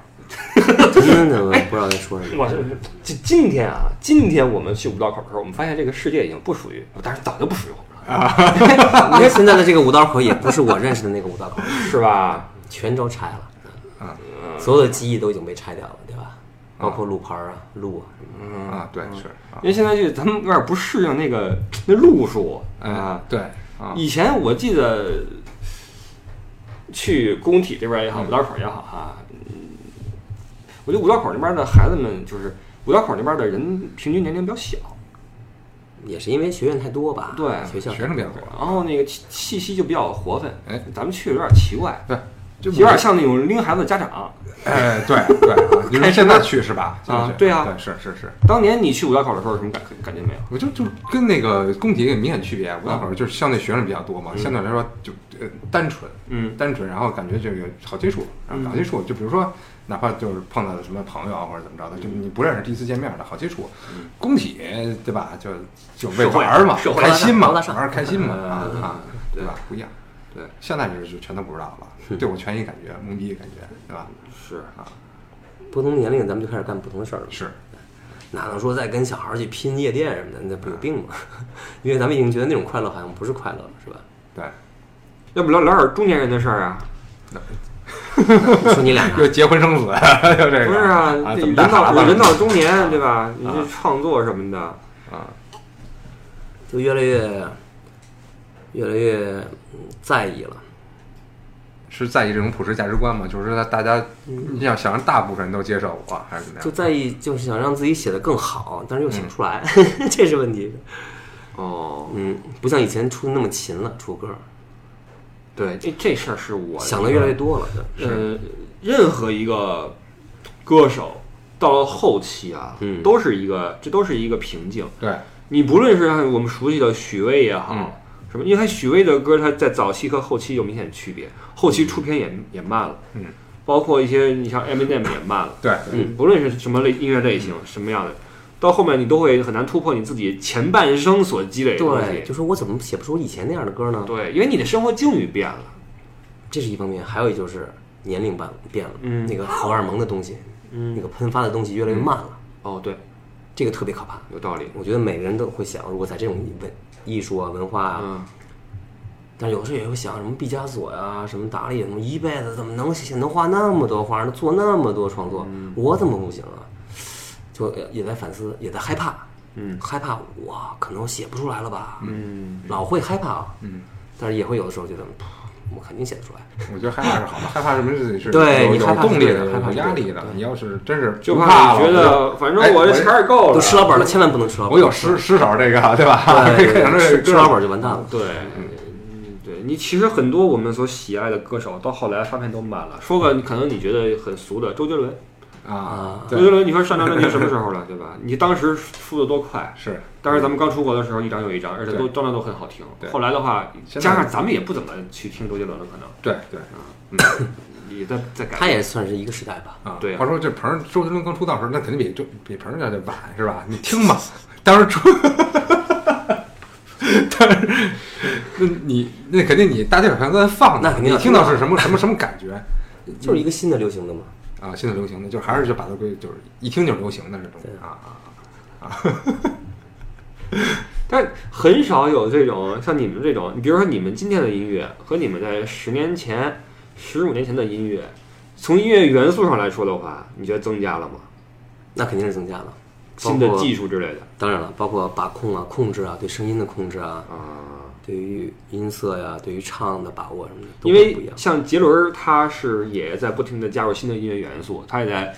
Speaker 2: 真的，我不知道在说 什么。
Speaker 1: 我是今今天啊，今天我们去五道口的时候，我们发现这个世界已经不属于，当然早就不属于我们
Speaker 2: 因为现在的这个五道口也不是我认识的那个五道口，
Speaker 1: 了，是
Speaker 3: 啊
Speaker 1: 吧？
Speaker 2: 全都拆了。
Speaker 1: 嗯
Speaker 2: 所有的记忆都已经被拆掉了，对吧？包括路牌儿啊、路啊什么的。
Speaker 1: 嗯
Speaker 3: 啊，对，是啊，
Speaker 1: 因为现在这咱们有点不适应那个那路数
Speaker 3: 哎
Speaker 1: 啊。，
Speaker 3: 对啊，
Speaker 1: 以前我记得去工体这边也好，五道口也好哈，嗯我觉得五道口那边的孩子们就是五道口那边的人平均年龄比较小，
Speaker 2: 也是因为学院太多吧？
Speaker 1: 对
Speaker 2: 学校
Speaker 3: 学生比较多。
Speaker 1: 然后那个气气息就比较活泛。
Speaker 3: 哎，
Speaker 1: 咱们去有点奇怪，
Speaker 3: 对，就
Speaker 1: 有点像那种拎孩子的家长。
Speaker 3: 哎，对对啊，你说现在去是吧？现在
Speaker 1: 啊
Speaker 3: 去
Speaker 1: 对啊
Speaker 3: 对是是是，
Speaker 1: 当年你去五道口的时候，有什么感感觉没有？
Speaker 3: 我就就跟那个工体有明显区别，五道口就是相对学生比较多嘛，相对来说就呃单纯，
Speaker 1: 嗯
Speaker 3: 单纯，然后感觉这个好接触，然后好接触，就比如说哪怕就是碰到什么朋友啊或者怎么着的，就你不认识第一次见面的好接触，工体对吧？就就为
Speaker 1: 社会
Speaker 3: 玩儿嘛
Speaker 1: 嗯社，会
Speaker 3: 开心嘛，
Speaker 2: 高大
Speaker 3: 玩
Speaker 2: 上
Speaker 3: 儿开心嘛
Speaker 1: 嗯
Speaker 3: 啊
Speaker 1: 嗯
Speaker 3: 啊，
Speaker 1: 对
Speaker 3: 对吧？不一样。
Speaker 1: 对，
Speaker 3: 现在就是就全都不知道了，对我全一感觉，懵逼感觉，对吧？
Speaker 1: 是啊，
Speaker 2: 不同年龄，咱们就开始干不同的事儿了。
Speaker 3: 是，
Speaker 2: 哪能说再跟小孩儿去拼夜店什么的？那
Speaker 1: 嗯
Speaker 2: 不有病吗？ 因为咱们已经觉得那种快乐好像不是快乐了，是吧？
Speaker 3: 对，
Speaker 1: 要不聊聊点中年人的事儿啊？
Speaker 2: 你说你俩呢
Speaker 3: 又结婚生子， 又这个，
Speaker 1: 不是
Speaker 3: 啊，
Speaker 1: 这
Speaker 3: 怎
Speaker 1: 人
Speaker 3: 么带孩
Speaker 1: 到
Speaker 3: 子
Speaker 1: 人到中年，对吧？你这创作什么的，
Speaker 3: 啊，
Speaker 2: 就越来越越来越嗯在意了。
Speaker 3: 是在意这种普世价值观吗？就是说大家你想想让大部分人都接受我，还是怎么
Speaker 2: 嗯就
Speaker 3: 样？
Speaker 2: 在意，就是想让自己写的更好，但是又写
Speaker 1: 嗯
Speaker 2: 不出来， 这是问题。
Speaker 1: 哦，
Speaker 2: 嗯，不像以前出那么勤了，出歌
Speaker 1: 对，这这事儿是我嗯
Speaker 2: 想的越来越多了。
Speaker 1: 呃，任何一个歌手到了后期啊，
Speaker 2: 嗯
Speaker 1: 都是一个，这都是一个瓶颈。
Speaker 3: 对，
Speaker 1: 你不论是我们熟悉的许巍也好，
Speaker 3: 嗯
Speaker 1: 什么，因为他许巍的歌，他在早期和后期有明显区别，后期出片也、也慢了，
Speaker 3: 嗯，
Speaker 1: 包括一些你像 Eminem 也慢了，
Speaker 3: 对，
Speaker 2: 嗯
Speaker 1: 不论是什么类音乐类型，什么样的，到后面你都会很难突破你自己前半生所积累的东
Speaker 2: 对，
Speaker 1: 西
Speaker 2: 就，说我怎么写不出以前那样的歌呢？
Speaker 1: 对，因为你的生活境遇变了，
Speaker 2: 这是一方面，还有就是年龄变变了，
Speaker 1: 嗯
Speaker 2: 那个荷尔蒙的东西，
Speaker 1: 嗯
Speaker 2: 那个喷发的东西越来越慢了，
Speaker 1: 哦，对，
Speaker 2: 这个特别可怕。
Speaker 1: 有道理，
Speaker 2: 我觉得每个人都会想，如果在这种文艺术啊、文化啊，
Speaker 1: 嗯，
Speaker 2: 但有时候也会想，什么毕加索呀、啊什么达利，什么一辈子怎么能写能画那么多画，能做那么多创作，我怎么不行啊？就也在反思，也在害怕，
Speaker 1: 嗯，
Speaker 2: 害怕哇，可能我写不出来了吧，
Speaker 1: 嗯，
Speaker 2: 老会害怕啊，
Speaker 3: 嗯，
Speaker 2: 但是也会有的时候觉得，噗我肯定写得出来，
Speaker 3: 我觉得害怕是好的，害怕什么是是
Speaker 2: 对
Speaker 3: 有
Speaker 2: 你害
Speaker 3: 有
Speaker 2: 怕
Speaker 3: 动力
Speaker 2: 是
Speaker 3: 的，
Speaker 2: 害怕
Speaker 3: 有
Speaker 2: 是
Speaker 3: 压力
Speaker 2: 对
Speaker 3: 的
Speaker 2: 对。
Speaker 3: 你要是真是
Speaker 1: 就
Speaker 3: 不
Speaker 1: 怕
Speaker 3: 了，哎
Speaker 1: 你觉得，反正我这钱儿够
Speaker 2: 都
Speaker 1: 了，
Speaker 2: 吃老本了，千万不能吃老
Speaker 3: 我
Speaker 2: 本。
Speaker 3: 我有吃吃少这个，对吧？
Speaker 2: 对
Speaker 3: 可能是
Speaker 2: 吃吃老本就完蛋了。
Speaker 1: 对，嗯，对你其实很多我们所喜爱的歌手，到后来发片都慢了。说个你可能你觉得很俗的，周杰伦，
Speaker 3: 啊
Speaker 2: 啊，
Speaker 1: 周杰伦，你说上张专辑什么时候了，对吧？你当时出的多快，
Speaker 3: 是
Speaker 1: 当时咱们刚出国的时候，一张又一张，而且都张张都很好听
Speaker 3: 对。
Speaker 1: 后来的话，
Speaker 3: 现在
Speaker 1: 加上咱们也不怎么去听周杰伦了，可能
Speaker 3: 对对
Speaker 1: 也在在改。
Speaker 2: 他也算是一个时代吧，
Speaker 3: 啊。
Speaker 1: 对啊
Speaker 3: 话说这鹏儿周杰伦刚出道时候，那肯定比周比鹏儿要得晚是吧？你听吧，当时出，但是那你那肯定你大街小巷都在放呢，
Speaker 2: 那肯定
Speaker 3: 你
Speaker 2: 要
Speaker 3: 听
Speaker 2: 听啊
Speaker 3: 到是 什么什么什么感觉
Speaker 2: 就是一个新的流行的嘛。
Speaker 3: 啊？现在流行的就还是就把它归就是一听就是流行的这种啊啊。
Speaker 1: 但很少有这种像你们这种，你比如说你们今天的音乐和你们在十年前、十五年前的音乐，从音乐元素上来说的话，你觉得增加了吗？
Speaker 2: 那肯定是增加了。包
Speaker 1: 新的
Speaker 2: 括
Speaker 1: 技术之类的
Speaker 2: 当然了，包括把控啊、控制啊、对声音的控制啊、
Speaker 1: 啊？
Speaker 2: 对于音色呀、对于唱的把握什么的，都
Speaker 1: 因
Speaker 2: 会不一
Speaker 1: 为
Speaker 2: 样。
Speaker 1: 像杰伦儿，他是也在不停的加入新的音乐元素，他也在，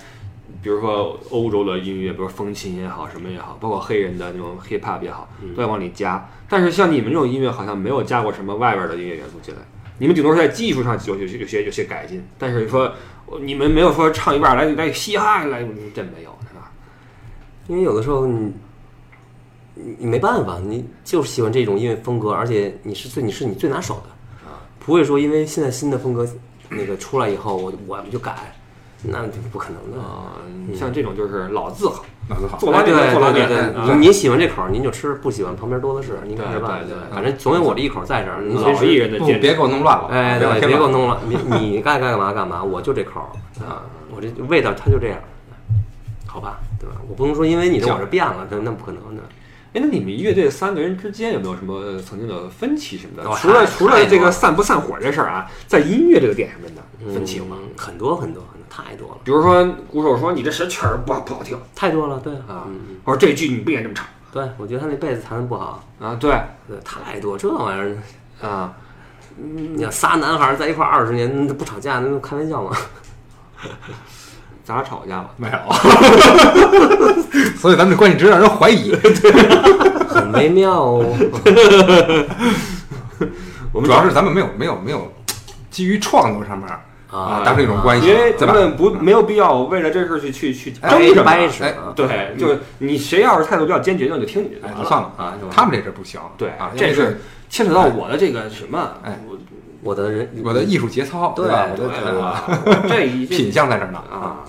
Speaker 1: 比如说欧洲的音乐，比如风琴也好，什么也好，包括黑人的那种 hip hop 也好，都在往里加。但是像你们这种音乐，好像没有加过什么外边的音乐元素进来。你们顶多是在技术上有有有些有些改进，但是说你们没有说唱一半儿来来嘻哈来，这没有，是吧？
Speaker 2: 因为有的时候你你你没办法，你就是喜欢这种音乐风格，而且你是最你是你最拿手的，不会说因为现在新的风格那个出来以后，我我们就改，那就不可能的。哎
Speaker 1: 啊、像这种就是老字号，
Speaker 3: 脑子好，
Speaker 1: 做拉面
Speaker 2: 对
Speaker 1: 做拉
Speaker 2: 对
Speaker 1: 面，
Speaker 2: 对
Speaker 1: 啊
Speaker 2: 对，你你喜欢这口儿您就吃，不喜欢旁边多的是，您看着办。
Speaker 1: 对对对
Speaker 2: 反正总有我这一口在这儿，你随
Speaker 1: 老艺
Speaker 2: 时。
Speaker 1: 人的
Speaker 3: 不
Speaker 1: 坚持
Speaker 3: 哦别给我弄乱啊了，
Speaker 2: 哎，
Speaker 3: 聊
Speaker 2: 对，
Speaker 3: 天
Speaker 2: 别给我
Speaker 3: 吧
Speaker 2: 弄了，你你该干嘛干嘛，我就这口儿啊，我这味道它就这样，好吧，对吧？我不能说因为你的我这变了，那那不可能的。嗯
Speaker 1: 哎，那你们乐队三个人之间有没有什么呃曾经的分歧什么的？
Speaker 2: 哦
Speaker 1: 除了
Speaker 2: 太
Speaker 1: 除了这个散不散伙这事儿啊，在音乐这个点上面的分歧有吗？
Speaker 2: 嗯很多很多很多，太多了，
Speaker 1: 比如说鼓手说你这神曲儿不好不好听
Speaker 2: 太多了，对
Speaker 1: 啊
Speaker 2: 嗯，嗯，
Speaker 1: 或者这句你不应该这么唱
Speaker 2: 对，我觉得他那贝斯弹的不好，
Speaker 1: 啊，对
Speaker 2: 对，太多这玩意儿，
Speaker 1: 啊，
Speaker 2: 你想仨男孩儿在一块儿二十年，那不吵架，那不开玩笑吗？
Speaker 1: 咱俩吵架吧。
Speaker 3: 没有， 所以咱们这关系值让人怀 疑，
Speaker 2: 很微妙哦，
Speaker 1: 我们
Speaker 3: 主要是咱们没有没有没有基于创作上面
Speaker 2: 啊
Speaker 3: 达成一种关系，
Speaker 1: 因为
Speaker 3: 对
Speaker 1: 咱
Speaker 3: 吧？
Speaker 1: 们不没有必要为了这事儿去去去
Speaker 3: 哎
Speaker 1: 争什
Speaker 2: 掰
Speaker 1: 么。
Speaker 2: 扯
Speaker 3: 哎
Speaker 2: 啊，
Speaker 1: 对，就是你谁要是态度比较坚决，那我就听你的就
Speaker 3: 哎
Speaker 1: 完，
Speaker 3: 就算了
Speaker 1: 啊，就完
Speaker 3: 他们这阵儿不行，
Speaker 1: 对
Speaker 3: 啊，，因
Speaker 1: 这
Speaker 3: 为
Speaker 1: 是牵扯到我的这个什么，
Speaker 3: 哎
Speaker 1: 我
Speaker 2: 我的人，
Speaker 3: 我的艺术节操，
Speaker 2: 对
Speaker 3: 吧？我
Speaker 2: 对
Speaker 3: 的
Speaker 1: 对
Speaker 3: 这个
Speaker 1: 吧？啊 这一
Speaker 3: 品相在这儿呢
Speaker 1: 啊，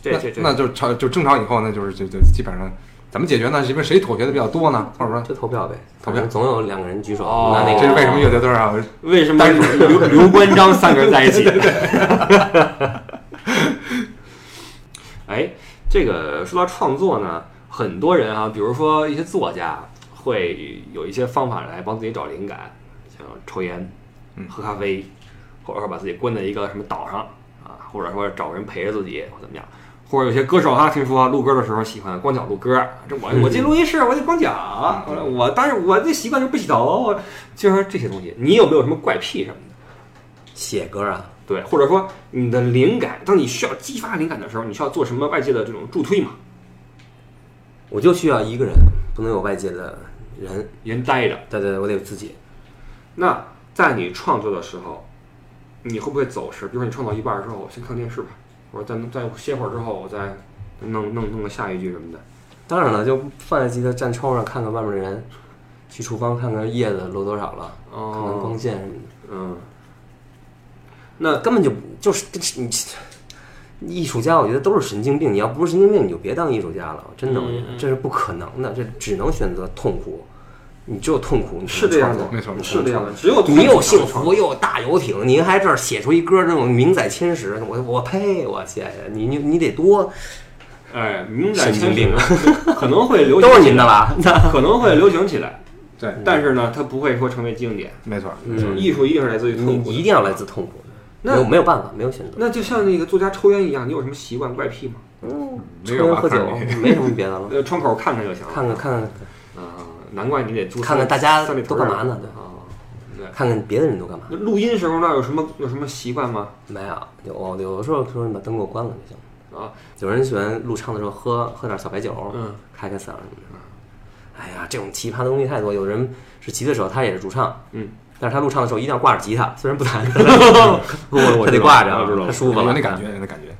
Speaker 1: 对，这
Speaker 3: 那
Speaker 1: 这这
Speaker 3: 那就朝就正常以后呢，就是就就基本上怎么解决呢？是因为谁妥协的比较多呢？或者说，
Speaker 2: 就投票呗，
Speaker 3: 投票
Speaker 2: 总有两个人举手，
Speaker 1: 哦
Speaker 2: 那那个
Speaker 3: 这是为什么乐队多啊少？
Speaker 1: 为什么
Speaker 3: 但
Speaker 1: 刘刘关张三个人在一起？ 哎，这个说到创作呢，很多人啊，比如说一些作家，会有一些方法来帮自己找灵感，像抽烟、喝咖啡，或者说把自己关在一个什么岛上啊，或者说找人陪着自己或怎么样。或者有些歌手啊，听说录歌的时候喜欢光脚录歌，这我我进录音室我得光脚，我我但是我这习惯就不洗头，就是说这些东西，你有没有什么怪癖什么的？
Speaker 2: 写歌啊，
Speaker 1: 对，或者说你的灵感，当你需要激发灵感的时候，你需要做什么外界的这种助推嘛？
Speaker 2: 我就需要一个人，不能有外界的人，
Speaker 1: 人待着。
Speaker 2: 对对，对我得有自己，
Speaker 1: 那在你创作的时候，你会不会走神？比如说你创作一半儿之后，我先看电视吧，我再再歇会儿之后，我再弄弄弄个下一句什么的。
Speaker 2: 当然了，就放在自己的站窗上看看外面的人，去厨房看看叶子落多少了，看看光
Speaker 1: 哦，
Speaker 2: 线什么的，
Speaker 1: 嗯，
Speaker 2: 那根本就不就是这是你。艺术家，我觉得都是神经病。你要不是神经病，你就别当艺术家了。真的，
Speaker 1: 嗯
Speaker 2: 我觉得
Speaker 1: 嗯
Speaker 2: 这是不可能的，这只能选择痛苦。你只有痛苦，你才
Speaker 1: 是这样的
Speaker 2: 能创
Speaker 3: 没错
Speaker 2: 作你才
Speaker 1: 是
Speaker 2: 能
Speaker 1: 这样
Speaker 2: 创作
Speaker 1: 的，只有
Speaker 2: 你又
Speaker 1: 幸
Speaker 2: 幸福又有大游艇，您还这儿写出一歌那种名载千史，我我呸！我谢谢你，你你得多
Speaker 1: 哎，名载
Speaker 2: 神
Speaker 1: 千
Speaker 2: 经病
Speaker 1: 里可能会流行
Speaker 2: 都是
Speaker 1: 起
Speaker 2: 您的
Speaker 1: 来，
Speaker 2: 了。
Speaker 1: 可能会流行起来，
Speaker 3: 对，
Speaker 1: 但是呢，它不会说成为经典。
Speaker 3: 没错，
Speaker 1: 就是艺嗯术一定是来自于痛
Speaker 2: 你
Speaker 1: 苦
Speaker 2: 一
Speaker 1: 的。
Speaker 2: 定要来自痛苦的，
Speaker 1: 那
Speaker 2: 没有没有办法，没有选择。
Speaker 1: 那就像那个作家抽烟一样，你有什么习惯怪癖吗？
Speaker 3: 没
Speaker 2: 抽
Speaker 3: 有
Speaker 2: 烟
Speaker 3: 吧
Speaker 2: 喝酒
Speaker 3: 看
Speaker 2: 没什么别的 了，
Speaker 1: 呃，窗口看看就行了。
Speaker 2: 看看看看
Speaker 1: 啊，难怪你得租
Speaker 2: 看看
Speaker 1: 三
Speaker 2: 大家
Speaker 1: 三里
Speaker 2: 都
Speaker 1: 屯儿
Speaker 2: 干嘛呢？对，
Speaker 1: 啊。
Speaker 2: 看看别的人都干嘛。
Speaker 1: 那录音时候那有什么有什么习惯吗？
Speaker 2: 没有，就我有的时候说你把灯给我关了就行了。
Speaker 1: 啊，
Speaker 2: 有人喜欢录唱的时候喝喝点小白酒，
Speaker 1: 嗯，
Speaker 2: 开开嗓什么的。哎呀，这种奇葩的东西太多。有人是吉他手，他也是主唱，
Speaker 1: 嗯，
Speaker 2: 但是他录唱的时候一定要挂着吉他，虽然不弹，
Speaker 1: 我
Speaker 2: 他得挂着
Speaker 1: 我知道，
Speaker 2: 他舒服了。
Speaker 3: 有那感觉，有那感觉，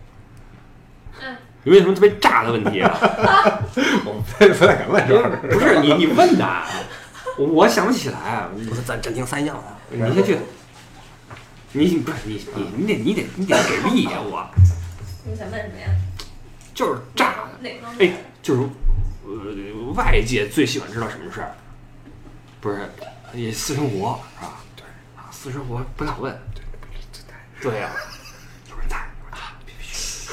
Speaker 1: 有没有什么特别炸的问题啊？
Speaker 3: 我不太不太敢问这玩意儿。
Speaker 1: 不是你你问的啊， 我我想不起来。啊
Speaker 2: 不是暂暂停三样啊了。
Speaker 1: 你先去，你不是你你你得你得你得给力呀！我
Speaker 4: 你想问什么呀？
Speaker 1: 就是炸的，
Speaker 4: 哪方
Speaker 1: 哎
Speaker 4: 面？，
Speaker 1: 就是呃外界最喜欢知道什么事儿？不是，你私生活是吧？对啊，私生活不想问。对呀，啊有人在，有人在别别嘘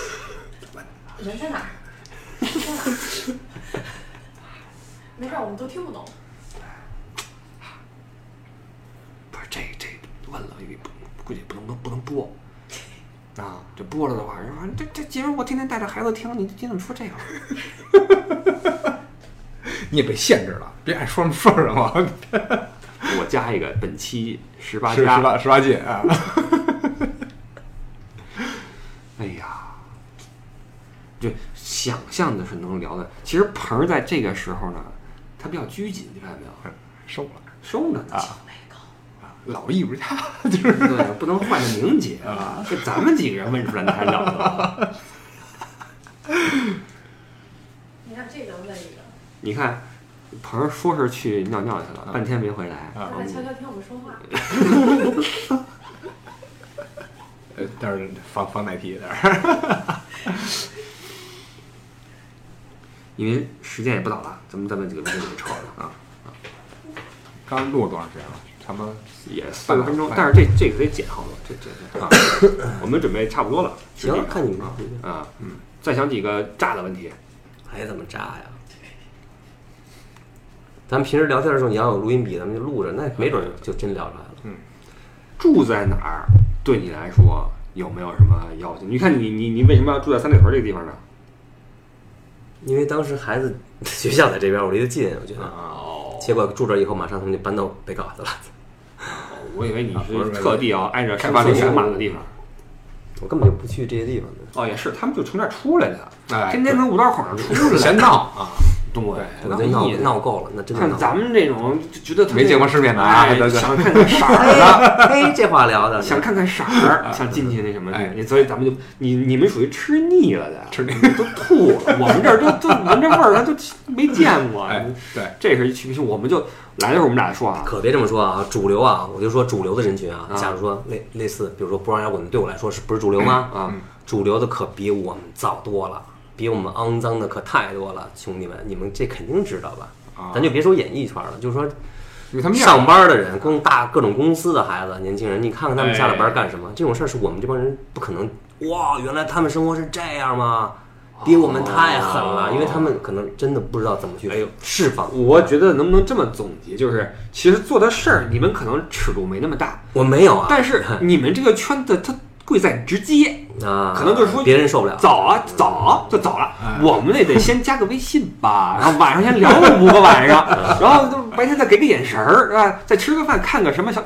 Speaker 4: 人在哪儿？ 没事，我们都听不懂。
Speaker 1: 不是这这问了，也不估计不能不能不能播。
Speaker 3: 啊，
Speaker 1: 这播了的话，人说这这节目我天天带着孩子听，你你怎么说这个？
Speaker 3: 你也被限制了，别爱说说什么，
Speaker 1: 我加一个，本期十八
Speaker 3: 是十
Speaker 1: 加。
Speaker 3: 八十八禁啊。
Speaker 1: 哎呀，就想象的是能聊的。其实盆儿在这个时候呢，他比较拘谨，你看到没有？
Speaker 3: 收了，
Speaker 1: 收着呢，
Speaker 3: 老艺术家，
Speaker 1: 对，不能换着名姐啊， 是咱们几个人问出来的还了得？
Speaker 4: 你看这个问一个，
Speaker 1: 你看，盆儿说是去尿尿去了，半天没回来。
Speaker 3: 啊
Speaker 4: 他
Speaker 3: 嗯
Speaker 4: 在悄悄听我们说话。
Speaker 3: 呃，但是防防奶题，但是
Speaker 1: 因为时间也不早了，咱们再问几个问题就给撤了啊，
Speaker 3: 刚录了多长时间了？差不多
Speaker 1: 也四十分钟。但是这这个得剪好了，这这这啊，我们准备差不多了。
Speaker 2: 行
Speaker 1: 时间
Speaker 2: 看你们
Speaker 1: 啊啊，嗯，再想几个炸的问题。
Speaker 2: 还怎么炸呀？咱们平时聊天的时候，你要有录音笔，咱们就录着，那没准儿就真聊出来了。
Speaker 1: 住在哪儿对你来说有没有什么要求？你看你你你为什么要住在三里屯这个地方呢？
Speaker 2: 因为当时孩子 学校在这边，我离得近，我觉得。
Speaker 1: 哦，
Speaker 2: 结果住这以后，马上他们就搬到北稿子了。
Speaker 1: 我以为你
Speaker 3: 啊不是
Speaker 1: 是特地要挨着开发
Speaker 2: 不
Speaker 1: 流
Speaker 2: 是
Speaker 1: 水马的地方。
Speaker 2: 我根本就不去这些地方的。
Speaker 1: 哦，也是，他们就从这儿出来的，
Speaker 3: 哎
Speaker 1: 天天从五道口上出来。
Speaker 3: 闲闹啊，
Speaker 1: 对，
Speaker 2: 我觉得闹
Speaker 1: 意思
Speaker 2: 闹够了，那真的
Speaker 1: 看
Speaker 2: 闹够了。
Speaker 1: 咱们这种就觉得特别
Speaker 3: 没见过世面的啊
Speaker 1: 哎
Speaker 3: 对对
Speaker 1: 想看看色 儿的，
Speaker 2: 哎，这话聊的，
Speaker 1: 想看看色儿，想进去那什么
Speaker 3: 哎，
Speaker 1: 你所以咱们就你你们属于吃腻了的，
Speaker 3: 吃腻
Speaker 1: 都吐了。我们这儿都都闻这味儿，咱都没见过。
Speaker 3: 哎，对，
Speaker 1: 这是一区别，我们就来的时候我们俩说啊，
Speaker 2: 可别这么说啊！主流啊，我就说主流的人群啊，
Speaker 1: 啊
Speaker 2: 假如说类类似，比如说不让摇滚，对我来说是不是主流吗？
Speaker 1: 啊
Speaker 2: 主流的可比我们早多了，比我们肮脏的可太多了，兄弟们，你们这肯定知道吧？
Speaker 3: 啊
Speaker 2: 咱就别说演艺圈了，就说
Speaker 3: 因为他们要
Speaker 2: 上班的人，跟大各种公司的孩子、年轻人，你看看他们下
Speaker 1: 哎
Speaker 2: 了班干什么？这种事儿是我们这帮人不可能。哇，原来他们生活是这样吗？比我们太狠了，
Speaker 1: 哦
Speaker 2: 因为他们可能真的不知道怎么去
Speaker 1: 哎呦
Speaker 2: 释放。
Speaker 1: 我觉得能不能这么总结，就是其实做的事儿你们可能尺度没那么大，
Speaker 2: 我没有啊，
Speaker 1: 但 是你们这个圈子它贵在直接，
Speaker 2: 啊，
Speaker 1: 可能就是说
Speaker 2: 别人受不了。哎
Speaker 1: 早啊早就早了，我们那得先加个微信 吧，然后晚上先聊个五个晚上， 然后就白天再给个眼神儿，是吧？再吃个饭，看个什么小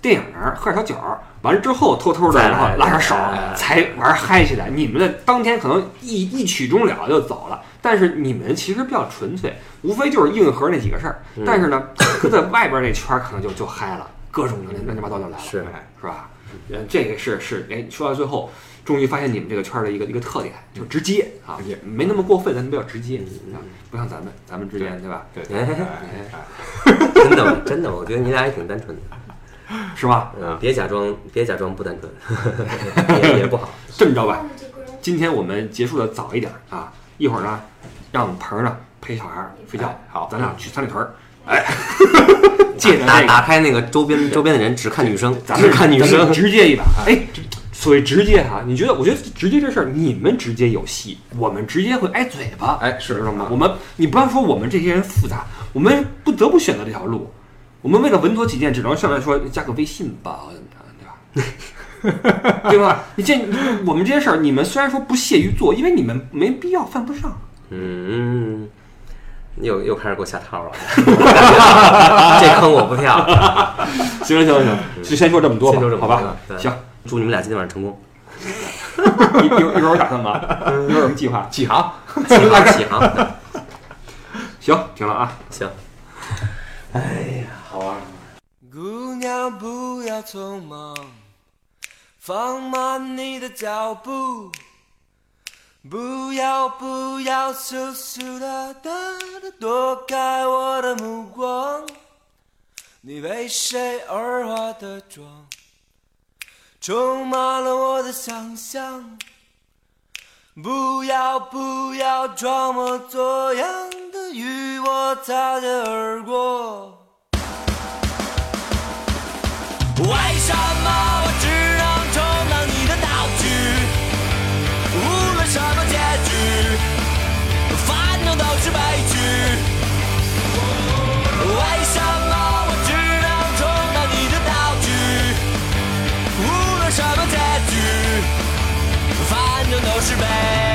Speaker 1: 电影儿，喝点小酒儿。完了之后，偷偷的，
Speaker 2: 再来
Speaker 1: 然后拉上手
Speaker 2: 哎，
Speaker 1: 才玩嗨起来。你们的当天可能一一曲终了就走了，但是你们其实比较纯粹，无非就是硬核那几个事儿。
Speaker 2: 嗯
Speaker 1: 但是呢，搁在外边那圈儿可能就就嗨了，各种的乱七八糟就来了。
Speaker 2: 是
Speaker 1: 是吧？呃，这个是是，哎，说到最后，终于发现你们这个圈儿的一个一个特点，就直接啊
Speaker 3: 直接，
Speaker 1: 没那么过分，咱们比较直接，啊不像咱们，咱们之间对吧？
Speaker 3: 对，
Speaker 2: 哎
Speaker 3: 哎哎
Speaker 2: 真的吗，真的吗，我觉得你俩也挺单纯的，
Speaker 1: 是吧？
Speaker 2: 嗯，别假装，别假装不单 纯，也也不好。
Speaker 1: 这么着吧，
Speaker 4: 但是这个人
Speaker 1: 今天我们结束的早一点儿啊，一会儿呢，让盆儿呢陪小孩儿睡觉，好，咱俩去三里屯儿，哎，借着
Speaker 2: 打
Speaker 1: 那 个，
Speaker 2: 打开那个周边周边的人，只看女生，
Speaker 1: 咱们
Speaker 2: 只看女
Speaker 1: 咱们
Speaker 2: 生，
Speaker 1: 直接一把，哎。所谓直接哈、你觉得？我觉得直接这事儿，你们直接有戏，我们直接会挨嘴巴。
Speaker 3: 哎是
Speaker 1: 知道吗？我们你不要说我们这些人复杂，我们不得不选择这条路。我们为了稳妥起见，只能上来说加个微信吧，或者怎么着， 对吧？对吧？你这你我们这些事儿，你们虽然说不屑于做，因为你们没必要，犯不上。
Speaker 2: 嗯，又又开始给我下套 了，这坑我不跳。嗯
Speaker 1: 行行行行，就先说这么多吧，
Speaker 2: 先说这么
Speaker 1: 好
Speaker 2: 多
Speaker 1: 吧？
Speaker 2: 对
Speaker 1: 行，
Speaker 2: 祝你们俩今天晚上 成功，
Speaker 1: 一一会儿一会儿有打算 吗？嗯一会儿有什么计划？
Speaker 3: 启航，
Speaker 2: 起航起航，
Speaker 1: 行，停了啊。
Speaker 2: 行。
Speaker 5: 姑娘，不要匆忙，放慢你的脚步，不要不要羞羞答答的躲开我的目光。你为谁而化的妆，充满了我的想象。不要不要装模作样的与我擦肩而过。为什么我只能充当你的道具？无论什么结局，反正都是悲剧。为什么我只能充当你的道具？无论什么结局，是美。